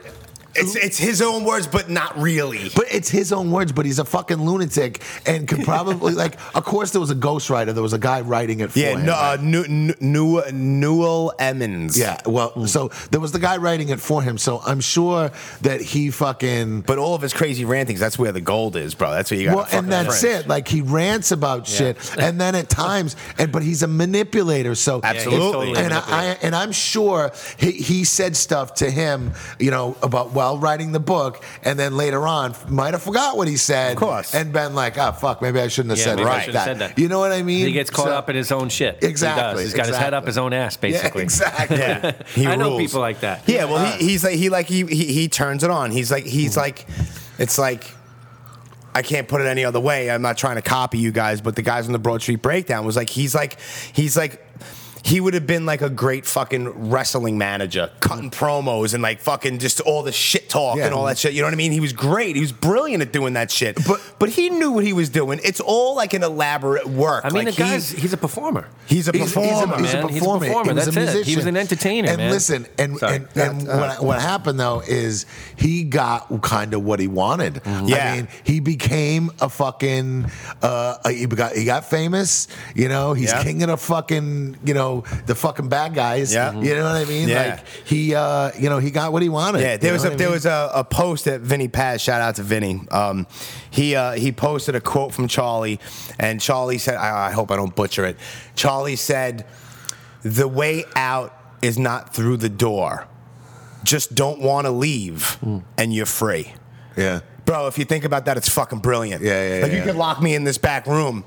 S5: it's it's his own words, but not really.
S7: But it's his own words, but he's a fucking lunatic and could probably, [LAUGHS] like, of course, there was a ghostwriter. There was a guy writing it for
S5: yeah,
S7: him.
S5: no,
S7: right?
S5: uh, New, New, Newell Emmons.
S7: Yeah, well,
S6: mm.
S7: so there was the guy writing it for him. So I'm sure that he fucking
S5: But all of his crazy rantings, that's where the gold is, bro. That's where you got.
S7: well, and that's it. Like he rants about shit, and then
S6: [LAUGHS]
S7: at times, and but he's a manipulator. So
S5: Absolutely.
S6: totally
S7: and I, I
S6: manipulative.
S7: and I'm sure he, he said stuff to him, you know, about while writing the book, and then later on might have forgot what he said, of
S5: course.
S7: and been like, oh fuck, maybe I shouldn't have
S6: Yeah,
S7: said,
S6: maybe I
S7: like
S6: shouldn't have said that.
S7: You know what I mean?
S6: he gets caught
S7: So-
S6: up in his own shit he
S7: Exactly,
S6: does. he's got his head up
S7: exactly.
S6: his own ass
S7: [LAUGHS]
S6: basically
S7: Yeah, exactly.
S6: [LAUGHS]
S5: Yeah, he
S6: i know
S5: rules.
S6: people like that Uh.
S5: Yeah, well, he, he's like he like he, he he turns it on. He's like he's
S6: Mm-hmm.
S5: like, it's like. I can't put it any other way. I'm not trying to copy you guys, but the guys on the Broad Street Breakdown was like, he's like, he's like, he would have been like a great fucking wrestling manager,
S6: Mm.
S5: cutting promos and like fucking just all the shit talk
S7: Yeah.
S5: and all that shit. You know what I mean? He was great. He was brilliant at doing that shit. But but he knew what he was doing. It's all like an elaborate work.
S6: i mean
S5: like
S6: the guy's he's a performer
S5: he's a
S7: He's- he's a-
S5: performer.
S7: He's a,
S6: man. He's a
S7: performer.
S6: performer.
S7: He was a
S6: That's it. He
S7: musician.
S6: was an entertainer,
S7: And
S6: man.
S7: listen, and
S6: Sorry.
S7: and, and what, what happened though is he got kind of what he wanted.
S5: Yeah.
S7: I mean, he became a fucking. Uh, he got he got famous. You know, he's
S5: Yeah.
S7: king of the fucking. You know, the fucking bad guys.
S5: Yeah.
S7: You know what I mean?
S5: Yeah.
S7: Like he, uh, you know, he got what he wanted.
S5: Yeah, there
S7: You
S5: was
S7: know
S5: a,
S7: what I
S5: there
S7: mean?
S5: was a, a post that Vinny Paz. Shout out to Vinny. Um, he uh, he posted a quote from Charlie, and Charlie said, I, "I hope I don't butcher it." Charlie said, "The way out is not through the door. Just don't want to leave,
S7: Hmm.
S5: and you're free."
S7: yeah.
S5: Bro, if you think about that, it's fucking brilliant.
S7: Yeah, yeah,
S5: Like you
S7: yeah.
S5: could lock me in this back room,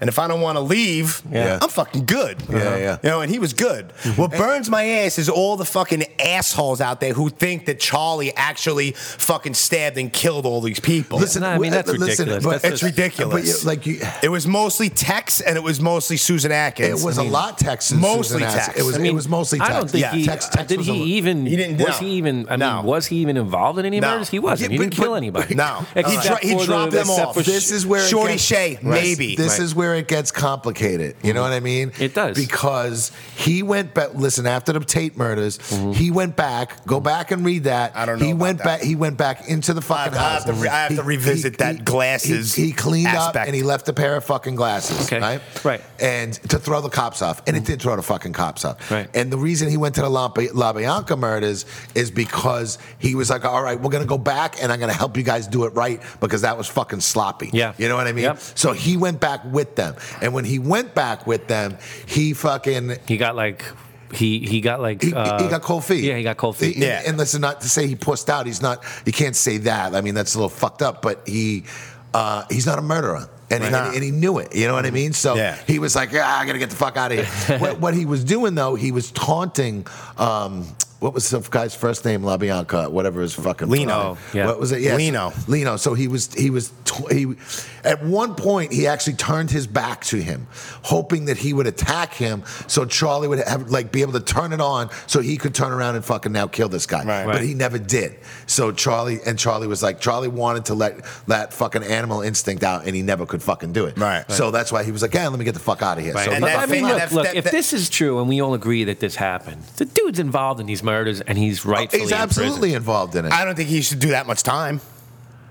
S5: And if I don't want to leave,
S7: Yeah.
S5: I'm fucking good. Uh-huh.
S7: Yeah, yeah. Mm-hmm.
S5: You know, and he was good. What burns my ass is all the fucking assholes out there who think that Charlie actually fucking stabbed and killed all these people.
S7: Listen,
S6: No, I
S7: w-
S6: mean, that's
S7: listen,
S6: ridiculous.
S7: but-
S6: That's
S5: it's
S6: just-
S5: ridiculous.
S7: But you, like you,
S5: it was mostly Tex and it was mostly Susan
S7: it
S5: Atkins.
S7: was a lot Texas.
S5: Mostly
S7: Susan asked.
S5: Tex.
S7: It was.
S5: I
S7: it was mostly
S6: I
S7: Texas.
S6: don't think
S5: Yeah.
S6: he.
S7: Tex, Tex
S6: did
S7: was
S6: he
S7: a-
S6: even?
S5: He didn't-
S6: was
S5: no.
S6: he even? I
S5: No.
S6: mean, was he even involved in any
S5: No.
S6: murders? He
S7: Yeah,
S6: wasn't. he didn't
S7: but-
S6: kill
S7: but-
S6: anybody.
S5: No.
S6: [LAUGHS] Except
S5: He dro- he
S6: for
S5: dropped
S6: the,
S5: them
S6: except
S5: off.
S6: For
S7: this is where it
S5: Shorty
S7: gets-
S5: Shea, maybe.
S7: This
S5: Right.
S7: is where it gets complicated. You know what I mean?
S6: It does.
S7: because he went back. Listen, after the Tate murders,
S6: Mm-hmm.
S7: he went back. Go back and read that.
S5: I don't know
S7: He
S5: about
S7: went
S5: that.
S7: back. He went back into the fucking
S5: I have
S7: house.
S5: to re- I have to revisit that glasses
S7: He, he cleaned up
S5: aspect.
S7: and he left a pair of fucking glasses.
S6: Okay.
S7: Right.
S6: Right.
S7: And to throw the cops off, and it did throw the fucking cops off.
S6: Mm. Right.
S7: And the reason he went to the La, La Bianca murders is because he was like, "All right, we're gonna go back, and I'm gonna help you guys do it right because that was fucking sloppy."
S6: Yeah.
S7: You know what I mean?
S6: Yep.
S7: So he went back with them. And when he went back with them, he fucking.
S6: He got like. He he got like.
S7: He,
S6: uh,
S7: he got cold feet.
S6: Yeah, he got cold feet.
S7: He-
S5: Yeah.
S7: And listen, not to say he pussed out. He's not. You can't say that. I mean, that's a little fucked up. But he, uh, he's not a murderer, and,
S5: Right.
S7: and, and he knew it. You know what I mean? So
S5: Yeah.
S7: he was like, ah, I gotta get the fuck out of
S6: [LAUGHS]
S7: here. what, what he was doing though, he was taunting. Um, what was the guy's first name? LaBianca, whatever his fucking
S5: Lino.
S6: Oh, Yeah.
S7: What was it? Yes.
S5: Lino.
S7: Lino. So he was he was t- he at one point he actually turned his back to him, hoping that he would attack him, so Charlie would have like be able to turn it on, so he could turn around and fucking now kill this guy.
S5: Right.
S7: But
S6: Right.
S7: he never did. So Charlie and Charlie was like Charlie wanted to let that fucking animal instinct out, and he never could fucking do it.
S5: Right.
S7: So that's why he was like, yeah, let me get the fuck out of here. So
S5: And
S7: he
S5: that
S6: I
S7: fucking-
S6: mean,
S5: fa-
S6: look,
S5: that-
S6: look
S5: that-
S6: if
S5: that-
S6: this is true and we all agree that this happened, the dude's involved in these murders and
S5: Oh,
S6: he's rightfully
S7: he's
S6: in prison.
S7: absolutely involved in it.
S5: I don't think he should do that much time.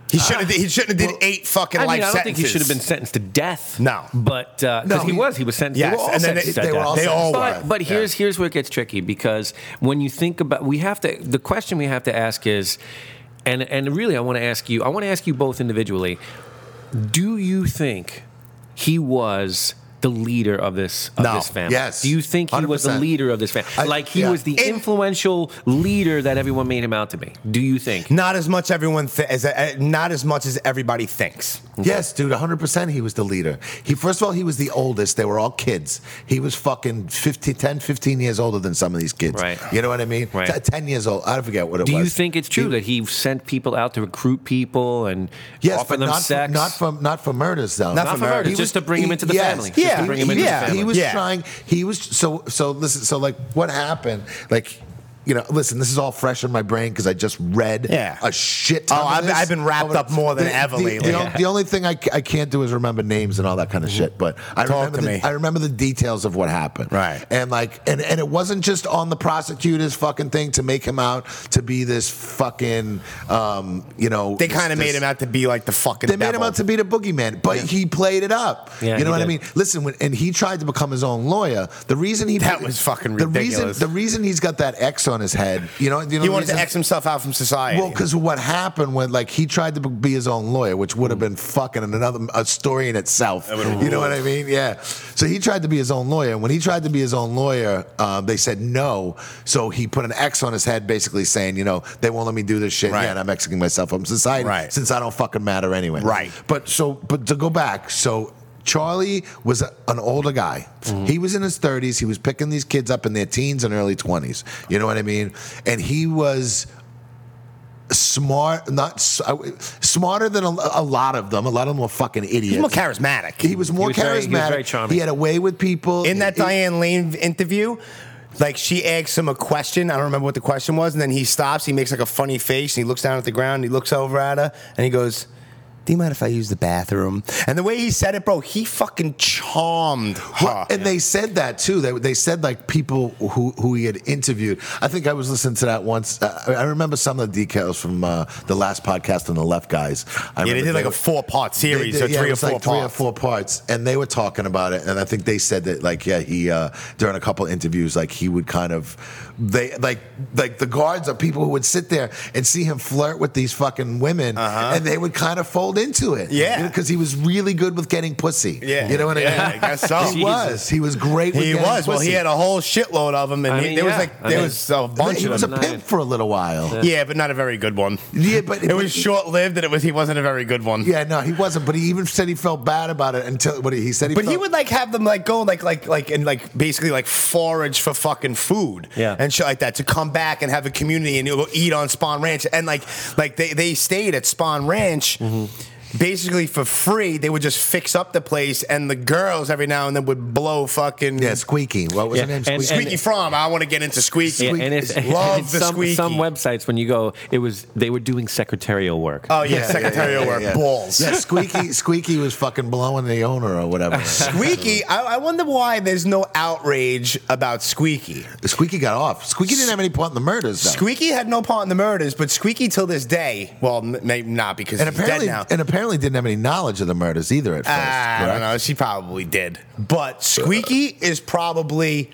S5: He should have. he should have did eight fucking
S6: I mean,
S5: life
S6: I don't
S5: sentences.
S6: think he should have been sentenced to death.
S5: No.
S6: but because
S7: No,
S6: he,
S7: he-
S6: was, he was sentenced.
S5: Yes,
S6: they were all
S5: and then
S6: sentenced
S5: they-
S6: to
S5: they were
S6: death.
S5: all They all sentenced.
S6: but,
S5: were.
S6: but here's here's where it gets tricky because when you think about, we have to. The question we have to ask is, and and really, I want to ask you. I want to ask you both individually. Do you think he was? The leader of this of
S5: No.
S6: this family.
S7: Yes.
S6: Do you think he was the
S7: 100%.
S6: leader of this family?
S7: I-
S6: like he
S7: yeah.
S6: was the
S5: It-
S6: influential leader that everyone made him out to be. Do you think?
S5: Not as much everyone th- as uh, not as much as everybody thinks.
S7: Yes, dude, 100% he was the leader. He first of all, he was the oldest. They were all kids. He was fucking 50, 10, 15 years older than some of these kids.
S6: Right.
S7: You know what I mean?
S6: Right.
S7: T- 10 years old. I don't forget what it
S6: Do
S7: was.
S6: you think it's true that he sent people out to recruit people and
S7: Yes,
S6: offer
S7: but
S6: them
S7: not
S6: sex?
S7: For, not for not for murders though.
S5: Not Not for for murders, murders.
S7: He
S6: just to bring him into the family. Just
S5: to bring him
S7: he
S5: into the
S7: was-
S5: family.
S7: He was
S5: Yeah.
S7: trying. He was so so. Listen. So like, what happened? Like. You know, listen. This is all fresh in my brain because I just read
S5: Yeah.
S7: a shit. Ton
S5: Oh,
S7: of
S5: I've-
S7: this.
S5: I've been wrapped
S7: Over-
S5: up more than
S7: the,
S5: ever
S7: the,
S5: lately.
S7: The,
S5: Yeah.
S7: the only thing I, c- I can't do is remember names and all that kind of shit. But I
S5: Talk
S7: remember
S5: to
S7: the,
S5: me.
S7: I remember the details of what happened.
S5: Right.
S7: And like, and and it wasn't just on the prosecutor's fucking thing to make him out to be this fucking, um, you know,
S5: They kind of
S7: this-
S5: made him out to be like the fucking.
S7: they made him
S5: devil.
S7: out to be the boogeyman, but he played it up.
S6: Yeah,
S7: you know
S6: he
S7: what I
S6: did.
S7: mean? Listen, when, and he tried to become his own lawyer. The reason he
S5: That was fucking
S7: the
S5: ridiculous.
S7: Reason, the reason he's got that X on his head, you know, you know
S5: He
S7: the
S5: wanted to
S7: reason?
S5: X himself out from society.
S7: Well, because what happened when like he tried to be his own lawyer, which would have
S5: Hmm.
S7: been fucking another a story in itself. You know what I mean? Yeah. So he tried to be his own lawyer, and when he tried to be his own lawyer, um, they said no. So he put an X on his head, basically saying, you know, they won't let me do this shit.
S5: Right.
S7: Yeah, and I'm Xing myself from society
S5: Right.
S7: since I don't fucking matter anyway.
S5: Right.
S7: But so, but to go back, so. Charlie was a, an older guy.
S5: Mm-hmm.
S7: He was in his 30s. He was picking these kids up in their teens and early 20s. You know what I mean? And he was smart, not s- I w- smarter than a, a lot of them. A lot of them were fucking idiots.
S5: he's more charismatic.
S7: He was more
S6: was very-
S7: charismatic.
S6: he was very charming.
S7: He had a way with people.
S5: in that
S7: He-
S5: Diane Lane interview, like she asks him a question. I don't remember what the question was, and then he stops. He makes like a funny face, and he looks down at the ground. And he looks over at her, and he goes. Do you mind if I use the bathroom? And the way he said it, bro, he fucking charmed her.
S7: Well, and they said that too. They, they said like people who, who he had interviewed. I think I was listening to that once. I, I remember some of the details from uh, the last podcast on the left guys. I
S5: yeah, they
S7: remember
S5: did like a four-part series, so
S7: yeah,
S5: three
S7: it
S5: or
S7: was
S5: four
S7: like
S5: parts.
S7: three or four parts, and they were talking about it. And I think they said that like yeah, he uh, during a couple interviews, like he would kind of they like like the guards are people who would sit there and see him flirt with these fucking women, and they would kind of fold sold into it.
S5: Uh-huh. Yeah.
S7: Because he was really good with getting pussy.
S5: Yeah.
S7: You know what
S5: Yeah,
S7: I mean?
S5: I guess so.
S7: He was. He was great with
S5: He
S7: getting
S5: was. Well, he
S7: pussy.
S5: had a whole shitload of them, and
S6: I
S5: he-
S6: mean,
S5: there was
S6: yeah.
S5: like
S6: I
S5: there
S6: mean-
S5: was a bunch
S7: He
S5: of
S7: was a
S5: them.
S7: pimp for a little while.
S5: yeah, but not a very good one.
S7: Yeah, but
S5: It
S7: but-
S5: was short lived, and it was he wasn't a very good one.
S7: Yeah, no, he wasn't. But he even said he felt bad about it until what he said. He
S5: But
S7: felt,
S5: he would like have them like go like like like and like basically like forage for fucking food
S6: Yeah.
S5: and shit like that to come back and have a community and go eat on Spawn Ranch and like like they they stayed at Spawn Ranch. Basically for free, they would just fix up the place, and the girls every now and then would blow fucking
S7: Yeah, squeaky. What was
S6: Yeah,
S7: her name?
S6: and-
S7: Squeaky.
S5: Squeaky From. I want to get into Squeaky.
S6: Yeah, and it's, [LAUGHS]
S5: Love
S6: it's
S5: the
S6: some,
S5: Squeaky.
S6: some websites when you go, it was they were doing secretarial work.
S5: oh yeah, secretarial
S7: yeah,
S5: work
S7: yeah.
S5: balls.
S7: Yeah, Squeaky. Squeaky was fucking blowing the owner or
S5: [LAUGHS]
S7: whatever.
S5: Squeaky, I, I wonder why there's no outrage about Squeaky.
S7: Squeaky got off. Squeaky didn't have any part in the murders. Though.
S5: Squeaky had no part in the murders, but Squeaky till this day, well, m- maybe not because
S7: and
S5: he's
S7: apparently,
S5: dead now. Ah,
S7: and apparently didn't have any knowledge of the murders either at first.
S5: I don't
S7: correct?
S5: know. She probably did, but Squeaky is probably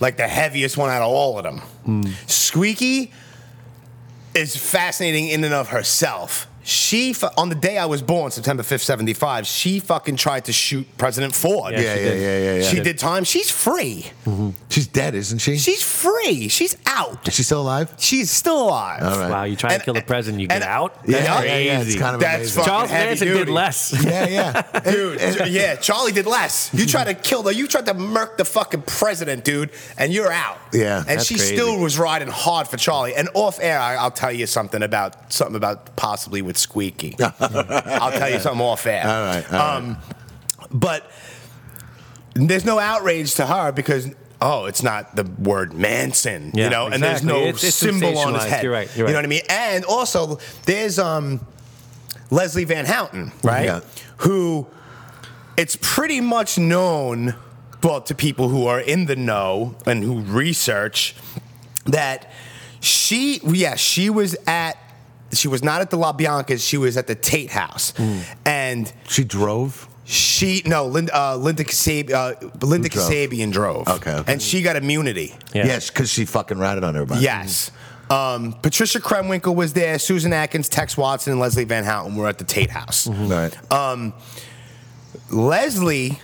S5: like the heaviest one out of all of them.
S7: Hmm.
S5: Squeaky is fascinating in and of herself. She fu- on the day I was born, September fifth, seventy five. She fucking tried to shoot President Ford.
S6: Yeah,
S7: Yeah, yeah, yeah, yeah, yeah.
S5: She did time. She's free.
S7: She's dead, isn't she?
S5: She's free. She's out.
S7: Is she still
S5: [LAUGHS]
S7: alive?
S5: She's still alive.
S7: All right.
S6: Wow, you try
S5: And-
S6: to kill the president, you
S5: and-
S6: get out.
S7: Yeah,
S6: That's
S7: yeah, yeah, it's
S6: crazy.
S7: kind of
S5: That's
S7: amazing.
S5: fucking
S6: Charles
S5: heavy
S6: Manson
S5: duty.
S6: did
S7: [LAUGHS]
S6: less.
S7: Yeah, yeah,
S5: dude. yeah, Charlie did less. You tried to kill the, you tried to murk the fucking president, dude, and you're out.
S7: Yeah,
S5: and
S7: that's
S5: she
S7: crazy.
S5: still was riding hard for Charlie. And off air, I, I'll tell you something about something about possibly
S7: [LAUGHS]
S5: with Squeaky. I'll tell you something off air.
S7: All right, all right.
S5: um, but there's no outrage to her because. Oh, it's not the word Manson, you
S6: Yeah,
S5: know, and there's
S6: exactly.
S5: no
S6: It's- it's
S5: symbol on his
S6: sensationalized.
S5: head.
S6: You're right, you're
S5: You know what
S6: right.
S5: I mean? And also, there's um, Leslie Van Houten, right?
S7: Yeah.
S5: Who it's pretty much known, well, to people who are in the know and who research that she, yeah, she was at, she was not at the La Bianca's, she was at the Tate House,
S7: Hmm.
S5: and
S7: she drove.
S5: she, no, Linda, uh, Linda, Kasab, uh, Linda
S7: Who drove?
S5: Kasabian drove,
S7: Okay, okay.
S5: and she got immunity.
S6: Yeah.
S7: Yes, because she fucking ratted on everybody.
S5: Yes. Um, Patricia Kremwinkle was there. Susan Atkins, Tex Watson, and Leslie Van Houten were at the Tate House.
S7: Mm-hmm. Right. Uh,
S5: Leslie,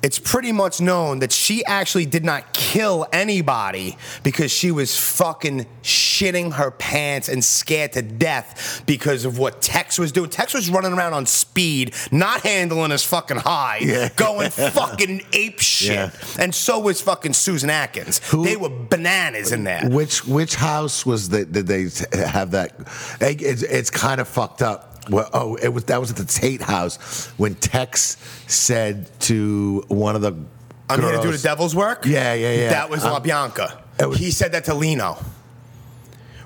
S5: it's pretty much known that she actually did not kill anybody because she was fucking shitting her pants and scared to death because of what Tex was doing. Tex was running around on speed, not handling his fucking high,
S7: Yeah.
S5: [LAUGHS] going fucking ape shit.
S7: Yeah.
S5: And so was fucking Susan Atkins.
S7: Who-
S5: they were bananas in there.
S7: Which which house was the did they have that? It, it's it's kind of fucked up. Well, oh, it was that was at the Tate House when Tex said to one of the.
S5: I'm here to
S7: girls-
S5: do the devil's work.
S7: Yeah, yeah, yeah.
S5: That was La
S7: Um,
S5: Bianca.
S7: that was-
S5: he said that to Lino.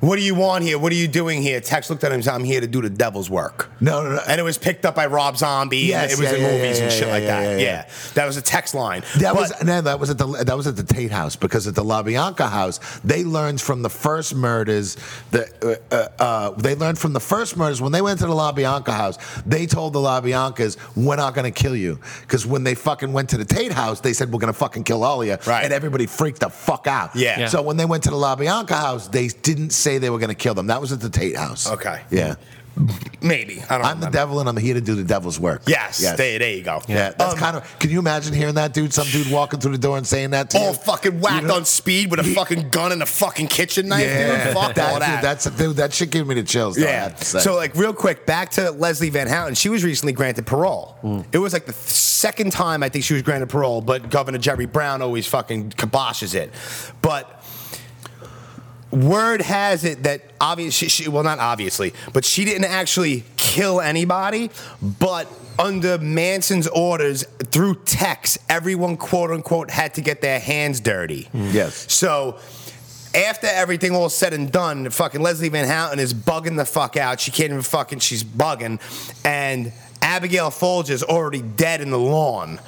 S5: What do you want here? What are you doing here? Tex looked at him and said, I'm here to do the devil's work.
S7: No, no, no.
S5: And it was picked up by Rob Zombie. and
S7: Yes,
S5: it was
S7: yeah,
S5: in
S7: yeah,
S5: movies
S7: yeah,
S5: and
S7: yeah,
S5: shit
S7: yeah,
S5: like
S7: yeah,
S5: that.
S7: yeah,
S5: Yeah,
S7: yeah.
S5: That was a text line.
S7: That
S5: But-
S7: was no, that was at the that was at the Tate house because at the La Bianca house they learned from the first murders that uh, uh, uh, they learned from the first murders when they went to the La Bianca house they told the La Biancas we're not going to kill you because when they fucking went to the Tate house they said we're going to fucking kill all of you
S5: Right.
S7: and everybody freaked the fuck out
S5: Yeah. Yeah.
S7: so when they went to the La Bianca house they didn't say they were going to kill them that was at the Tate house
S5: Okay.
S7: yeah
S5: maybe. I don't
S7: I'm the
S5: remember.
S7: devil and I'm here to do the devil's work
S5: Yes, There, there you go.
S7: yeah, that's
S5: Um,
S7: kind of. Can you imagine hearing that dude? Some dude walking through the door and saying that to you.
S5: all fucking whacked
S7: You know-
S5: on speed with a fucking gun and a fucking kitchen knife, dude. Fuck
S7: that,
S5: all
S7: dude,
S5: that.
S7: that's dude. That shit gave me the chills. Though, I
S5: Yeah.
S7: have to say.
S5: So, like, real quick, back to Leslie Van Houten. She was recently granted parole. It was like the th- second time I think she was granted parole, but Governor Jerry Brown always fucking kiboshes it. But word has it that obviously, she, well, not obviously, but she didn't actually kill anybody, but under Manson's orders through text, everyone, quote unquote, had to get their hands dirty.
S7: Yes.
S5: So after everything all said and done, fucking Leslie Van Houten is bugging the fuck out. She can't even fucking, she's bugging. And Abigail Folger's already dead in the lawn.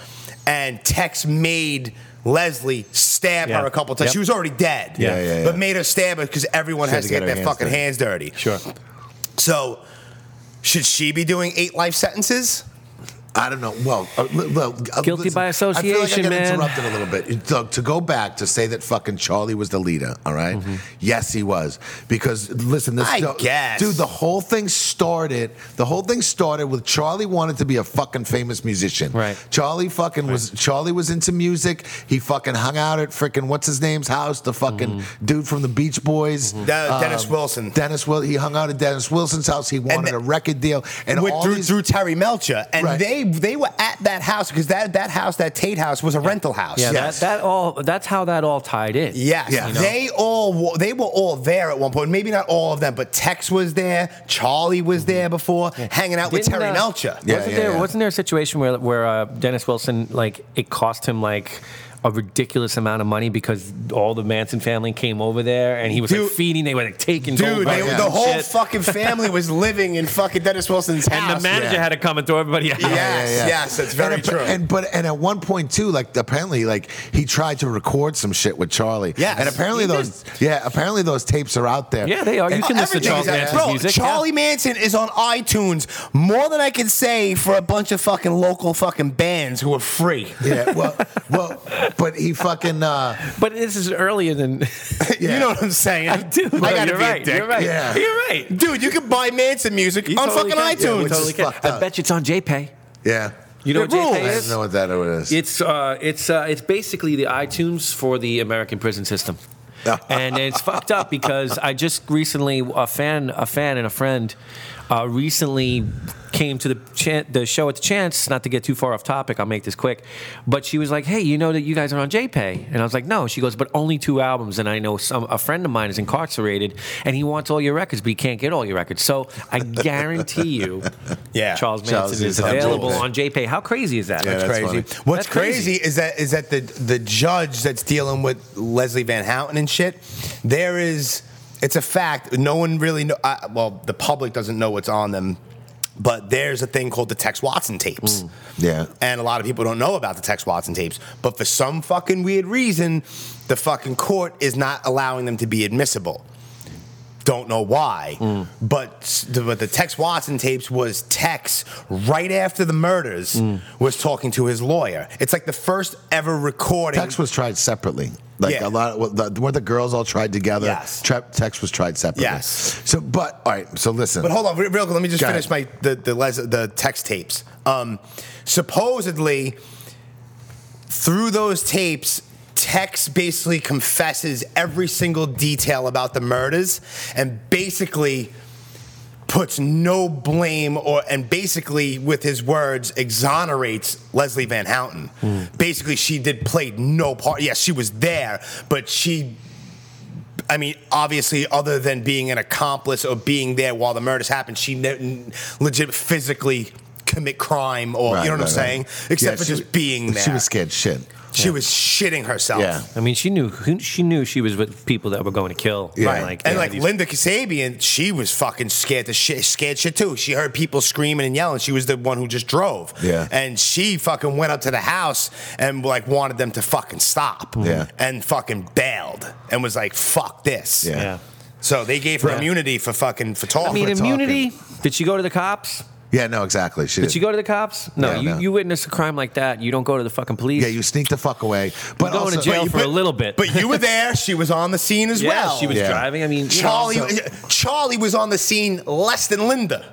S5: And Tex made Leslie stab
S6: Yeah.
S5: her a couple times.
S6: Yep.
S5: She was already dead.
S6: Yeah. Yeah,
S7: yeah,
S5: But
S7: yeah.
S5: made her stab her because everyone
S7: She
S5: has to get their fucking hands dirty.
S6: Sure.
S5: So should she be doing eight life sentences?
S7: I don't know. Well, uh, li- well uh,
S6: Guilty by
S7: I feel
S6: association,
S7: like I got
S6: man.
S7: interrupted a little bit. Look, to go back to say that fucking Charlie was the leader. All right?
S6: Mm-hmm.
S7: Yes, he was. Because listen, this
S8: I
S7: sto-
S8: guess.
S7: dude, the whole thing started. The whole thing started with Charlie wanted to be a fucking famous musician.
S6: Right.
S7: Charlie fucking was. Charlie was into music. He fucking hung out at freaking what's his name's house. The fucking
S6: Mm-hmm.
S7: dude from the Beach Boys. Um,
S8: Uh, Dennis Wilson.
S7: Dennis Will. He hung out at Dennis Wilson's house. He wanted
S5: the-
S7: a record deal. And
S5: with
S7: all
S5: through,
S7: these,
S5: through Terry Melcher, and
S7: Right.
S5: they they were at that house because that that house, that Tate house, was a rental house.
S6: Yeah,
S7: Yes.
S6: that, that all that's how that all tied in.
S5: Yes,
S7: Yeah. You know?
S5: they all wa- they were all there at one point. Maybe not all of them, but Tex was there, Charlie was there before, hanging out with
S6: Didn't,
S5: Terry
S6: uh,
S5: Melcher.
S7: Yeah,
S6: wasn't
S7: yeah,
S6: there
S7: yeah.
S6: wasn't there a situation where where uh, Dennis Wilson like it cost him like a ridiculous amount of money because all the Manson family came over there and he was
S5: Dude-
S6: like feeding. They were like taking
S5: Dude,
S6: over
S5: they,
S6: and
S5: the whole
S6: shit.
S5: fucking family was living in fucking Dennis Wilson's house.
S6: and the manager
S7: yeah.
S6: had to come and throw everybody out.
S5: Yeah. Yes, yes, that's very
S7: and, ap-
S5: true.
S7: And but and at one point too, like apparently, like he tried to record some shit with Charlie.
S5: Yes,
S7: and apparently
S5: he
S7: those, yeah, apparently those tapes are out there.
S6: Yeah, they are. You
S7: And-
S6: can listen to
S5: Oh, Everything
S6: Charlie
S5: is out-
S6: Manson's
S5: Bro,
S6: music.
S5: Charlie
S6: yeah.
S5: Manson is on iTunes more than I can say for a bunch of fucking local fucking bands who are
S6: [LAUGHS]
S5: free.
S7: Yeah, well, well, but he fucking. Uh,
S6: But this is
S5: [LAUGHS]
S6: earlier than.
S5: You know what I'm saying?
S6: I do.
S5: I gotta
S6: you're
S5: be a
S6: right.
S5: dick.
S6: You're right.
S7: Yeah.
S6: You're right.
S5: Dude, you can buy Manson music
S6: You
S5: on
S6: totally
S5: fucking
S6: can. Yeah,
S5: iTunes.
S6: we totally
S7: is
S6: can.
S7: fucked
S6: I
S7: up.
S6: bet you it's on JPay.
S7: yeah,
S6: You know
S5: It
S6: what JPay
S5: rules.
S7: I
S5: Yes.
S7: didn't
S6: is?
S7: know what that is.
S6: It's uh, it's uh, it's basically the iTunes for the American prison system, [LAUGHS] and it's fucked up because I just recently a fan a fan and a friend uh, recently came to the chan- the show at the chance. Not to get too far off topic, I'll make this quick. But she was like, "Hey, you know that you guys are on JPay," and I was like, "No." She goes, "But only two albums." And I know some a friend of mine is incarcerated, and he wants all your records, but he can't get all your records. So I guarantee you,
S8: Yeah.
S6: Charles Manson
S7: Charles
S6: is
S7: is on
S6: available
S7: JPay.
S6: on JPay. How crazy is that?
S7: Yeah,
S5: That's
S7: that's
S5: crazy.
S7: funny.
S5: What's
S6: That's
S5: crazy,
S6: crazy.
S5: is that is that the the judge that's dealing with Leslie Van Houten and shit. There is, it's a fact. No one really know. I, well, the public doesn't know what's on them, but there's a thing called the Tex Watson tapes.
S7: Mm. yeah.
S5: And a lot of people don't know about the Tex Watson tapes, but for some fucking weird reason, the fucking court is not allowing them to be admissible. Don't know why, but s- the, but the Tex Watson tapes was Tex right after the murders was talking to his lawyer. It's like the first ever recording.
S7: Tex was tried separately. Like
S5: Yeah.
S7: a lot, well, the, weren't the girls all tried together?
S5: Yes.
S7: Tra- Tex was tried separately.
S5: Yes.
S7: So, but all right. So listen.
S5: But hold on, re- real quick. Let me just
S7: Go
S5: finish my the the, les- the text tapes. Um, supposedly, through those tapes, Tex basically confesses every single detail about the murders, and basically puts no blame or and basically with his words exonerates Leslie Van Houten.
S7: Hmm.
S5: Basically, she did play no part. Yes, she was there, but she I mean, obviously, other than being an accomplice or being there while the murders happened, she ne- legit physically commit crime or
S7: Right,
S5: you know what I'm
S7: right,
S5: saying.
S7: right.
S5: Except
S7: Yeah,
S5: for
S7: she
S5: just
S7: was-
S5: being there.
S7: She was scared shit.
S5: She was shitting herself.
S7: Yeah.
S6: I mean, she knew who, she knew she was with people that were going to kill.
S7: Yeah.
S5: Right.
S6: And like,
S5: and
S6: they
S5: like
S6: had these-
S5: Linda Kasabian, she was fucking scared to shit, scared shit too. She heard people screaming and yelling. She was the one who just drove.
S7: Yeah.
S5: And she fucking went up to the house and like wanted them to fucking stop.
S7: Yeah.
S5: And fucking bailed and was like, "Fuck this."
S7: Yeah.
S6: yeah.
S5: So they gave her immunity for fucking for talking.
S6: I mean,
S7: we're
S6: immunity. Did she go to the cops?
S7: Yeah. No. Exactly. She
S6: Did
S7: did.
S6: she go to the cops? No.
S7: Yeah,
S6: you,
S7: no.
S6: you witness a crime like that, you don't go to the fucking police.
S7: Yeah, you sneak the fuck away. But
S6: going to
S7: also,
S6: jail
S7: but you-
S6: for a little bit.
S5: But you were there. She was on the scene as
S6: yeah,
S5: well.
S6: she was
S7: Yeah.
S6: driving. I mean, you know,
S5: Charlie.
S6: so-
S5: Charlie was on the scene less than Linda.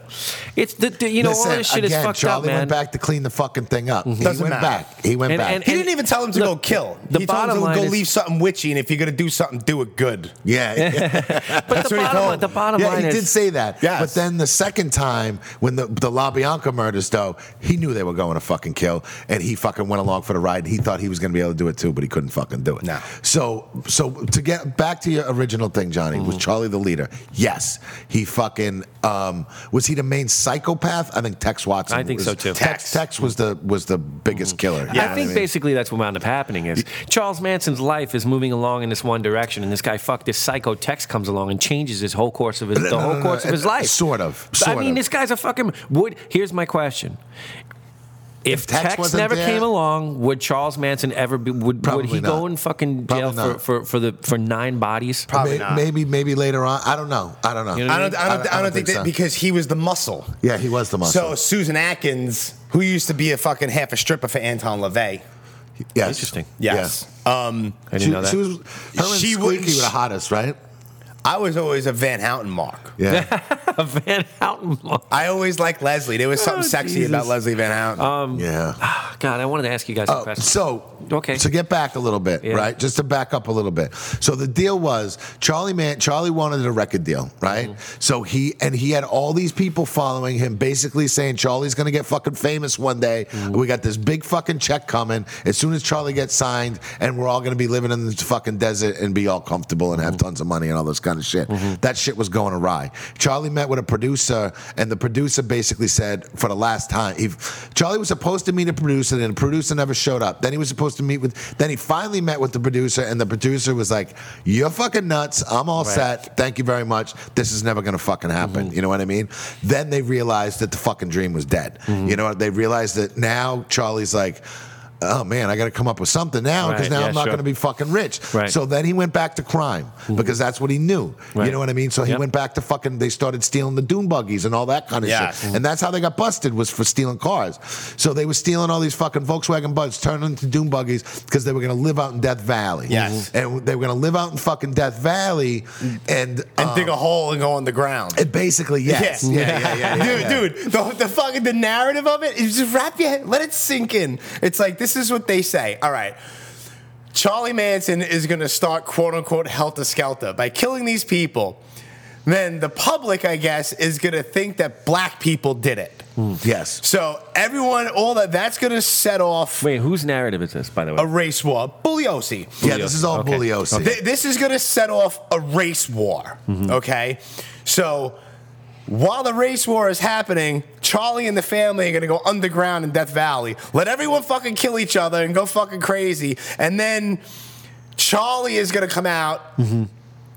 S6: it's the, the- you know all
S7: Listen,
S6: this shit
S7: again,
S6: is fucked
S7: Charlie
S6: up, man. Mm-hmm.
S7: went back to clean the fucking thing up. He
S5: Doesn't
S7: went
S5: matter.
S7: back. He went
S6: And-
S7: back.
S6: and-
S5: He didn't even tell him to
S6: Look,
S5: go kill.
S6: the
S5: he told him
S6: bottom
S5: to
S6: line
S5: go
S6: is-
S5: leave something with you, and if you're gonna do something, do it good.
S7: yeah.
S6: [LAUGHS]
S7: yeah.
S6: but the
S5: what he
S6: bottom,
S5: told
S6: li- the
S5: him.
S6: bottom
S7: Yeah,
S6: line
S7: he
S6: is,
S7: did say that.
S5: Yes.
S7: But then the second time, when the, the LaBianca murders, though, he knew they were going to fucking kill, and he fucking went along for the ride. He thought he was going to be able to do it too, but he couldn't fucking do it.
S5: No.
S7: So, so to get back to your original thing, Johnny,
S6: Mm-hmm.
S7: was Charlie the leader? Yes. He fucking um, was he the main psychopath? I think Tex Watson.
S6: I think
S7: was-
S6: so, too. Mm-hmm.
S7: Tex, Tex was the was the biggest killer. You know what
S6: I think
S7: mean?
S6: basically that's what wound up happening is Charles Manson's life is moving along in this one direction, and this guy, fuck, this psycho Tex comes along and changes his whole course of his the
S7: No, no,
S6: whole
S7: no,
S6: course
S7: no,
S6: of his
S7: uh,
S6: life.
S7: sort of,
S6: I
S7: sort
S6: mean,
S7: of.
S6: this guy's a fucking would. Here's my question. If,
S7: If Tex
S6: Tex,
S7: wasn't
S6: never
S7: there-
S6: came along, would Charles Manson ever be? Would, would
S7: Probably
S6: he go
S7: not.
S6: in fucking
S7: Probably
S6: jail for,
S7: not.
S6: for, for the for nine bodies? [LAUGHS]
S7: May- Maybe, maybe later on. I don't know. I don't know.
S6: You know what
S5: I don't. I don't. I don't, think, that
S7: so.
S5: because he was the muscle.
S7: Yeah, he was the muscle.
S5: So Susan Atkins who used to be a fucking half a stripper for Anton LaVey.
S7: Yes.
S6: Interesting.
S5: Yes. Um,
S6: I didn't
S7: She,
S6: know that.
S7: she was her and
S5: She
S7: Squeaky
S5: wouldn't-
S7: were the hottest,
S6: [LAUGHS]
S7: right?
S5: I was always a Van Houten mark.
S7: Yeah.
S6: Van Houten. [LAUGHS]
S5: I always liked Leslie. There was something
S6: Oh,
S5: sexy
S6: Jesus. Um,
S5: about Leslie Van Houten.
S6: [LAUGHS]
S7: yeah.
S6: God, I wanted to ask you guys a
S7: Oh,
S6: question.
S7: so
S6: Okay.
S7: To get back a little bit,
S6: Yeah.
S7: right? Just to back up a little bit. So the deal was Charlie Man. Charlie wanted a record deal, right?
S6: Mm-hmm.
S7: So he and he had all these people following him, basically saying Charlie's going to get fucking famous one day.
S6: Mm-hmm.
S7: We got this big fucking check coming as soon as Charlie gets signed, and we're all going to be living in the fucking desert and be all comfortable and have
S6: Mm-hmm.
S7: tons of money and all this kind of shit. That shit was going awry. Charlie met with a producer, and the producer basically said for the last time, he, Charlie was supposed to meet a producer, and the producer never showed up. Then he was supposed to meet with, then he finally met with the producer, and the producer was like, "You're fucking nuts. I'm all set. Thank you very much. This is never gonna fucking happen."
S6: Mm-hmm.
S7: You know what I mean? Then they realized that the fucking dream was dead.
S6: Mm-hmm.
S7: You know, what? they realized that now Charlie's like. Oh man, I got to come up with something now because
S6: Right,
S7: now
S6: yeah,
S7: I'm not
S6: sure.
S7: going to be fucking rich.
S6: Right. Mm-hmm.
S7: So then he went back to crime because that's what he knew. You
S6: Right.
S7: know what I mean? So he
S6: Yep.
S7: went back to fucking. They started stealing the dune buggies and all that kind of
S5: Yes.
S7: shit. And that's how they got busted was for stealing cars. So they were stealing all these fucking Volkswagen Buds, turning them into dune buggies because they were going to live out in Death Valley. Mm-hmm.
S5: Yes.
S7: And they were going to live out in fucking Death Valley and
S5: And
S7: um,
S5: dig a hole and go on the ground.
S7: it basically yes.
S5: Yeah.
S7: Yeah, yeah,
S5: [LAUGHS]
S7: yeah, yeah,
S5: dude,
S7: yeah.
S5: dude, the, the fucking the narrative of it is just wrap your head, let it sink in. It's like this is what they say. All right. Charlie Manson is gonna start quote unquote helter skelter by killing these people. Then the public, I guess, is gonna think that black people did it.
S7: Yes.
S5: So everyone, all that that's gonna set off
S6: Wait, whose narrative is this, by the way?
S5: a race war. Bugliosi.
S7: Yeah, this is all
S6: Okay.
S7: Bugliosi.
S5: Th- this is going to set off a race war.
S6: Mm-hmm.
S5: Okay, so while the race war is happening, Charlie and the family are going to go underground in Death Valley. Let everyone fucking kill each other and go fucking crazy, and then Charlie is going to come out.
S6: Mm-hmm.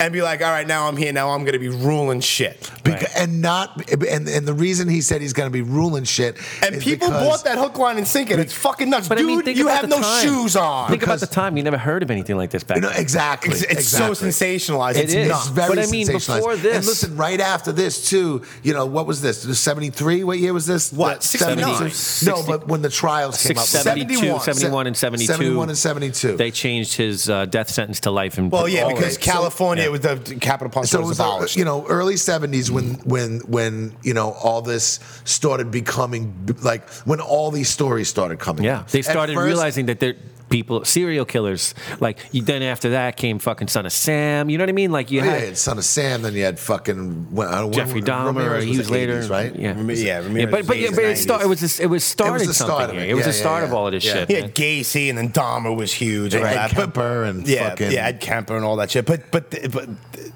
S5: And be like, all right, now I'm here. Now I'm going to be ruling shit.
S7: Beca- and not and and the reason he said he's going to be ruling shit
S5: And
S7: is
S5: people
S7: because-
S5: bought that hook, line, and sinker. It's fucking nuts,
S6: But
S5: dude.
S6: I mean, think
S5: you
S6: about
S5: have
S6: the
S5: no
S6: time.
S5: shoes on.
S6: Think about
S7: Because-
S6: the time. You never heard of anything like this back.
S7: No,
S6: then.
S7: exactly.
S5: it's it's so
S7: exactly.
S5: sensationalized.
S6: It is.
S5: nuts.
S7: It's very
S6: But I mean,
S7: sensationalized.
S6: before this-
S7: and listen, right after this too, you know, what was this? The Seventy-three? What year was this?
S5: What,
S7: The
S5: 69?
S7: 72? No, but when the trials came up,
S6: 72,
S5: 71.
S6: 71 and 72.
S7: 71 and 72.
S6: They changed his uh, death sentence to life. And
S5: Well, yeah,
S6: all
S5: because
S6: of it.
S5: California
S6: Yeah.
S5: with the capital punishment
S7: so it
S5: was,
S7: was
S5: abolished.
S7: the, you know early 70s when when when you know all this started becoming like when all these stories started coming
S6: Yeah,
S7: out.
S6: they
S7: At
S6: started
S7: first-
S6: realizing that they're people, serial killers. Like you, then after that came fucking Son of Sam. You know what I mean? Like you
S7: Oh, yeah,
S6: had
S7: you had Son of Sam. Then you had fucking well, I don't,
S6: Jeffrey
S7: when-
S6: Dahmer.
S7: Ramirez
S6: he
S7: was
S6: was,
S7: the
S6: later,
S7: 80s, right?
S6: Yeah,
S5: Ramirez- yeah, Ramirez
S6: yeah but
S5: was
S6: but, yeah,
S5: the
S6: but it
S5: 80s.
S6: start. It was this, it was started
S7: the start
S6: something
S7: of
S6: here.
S7: it.
S6: It was
S7: Yeah,
S6: the
S7: yeah,
S6: start
S7: yeah.
S6: of all of this
S7: Yeah.
S6: shit.
S5: He
S6: man.
S5: had Gacy, and then Dahmer was huge. and all
S7: Ed
S5: that, but-
S7: Kemper and
S5: yeah,
S7: fucking-
S5: yeah, Ed Kemper and all that shit. But but th- but th-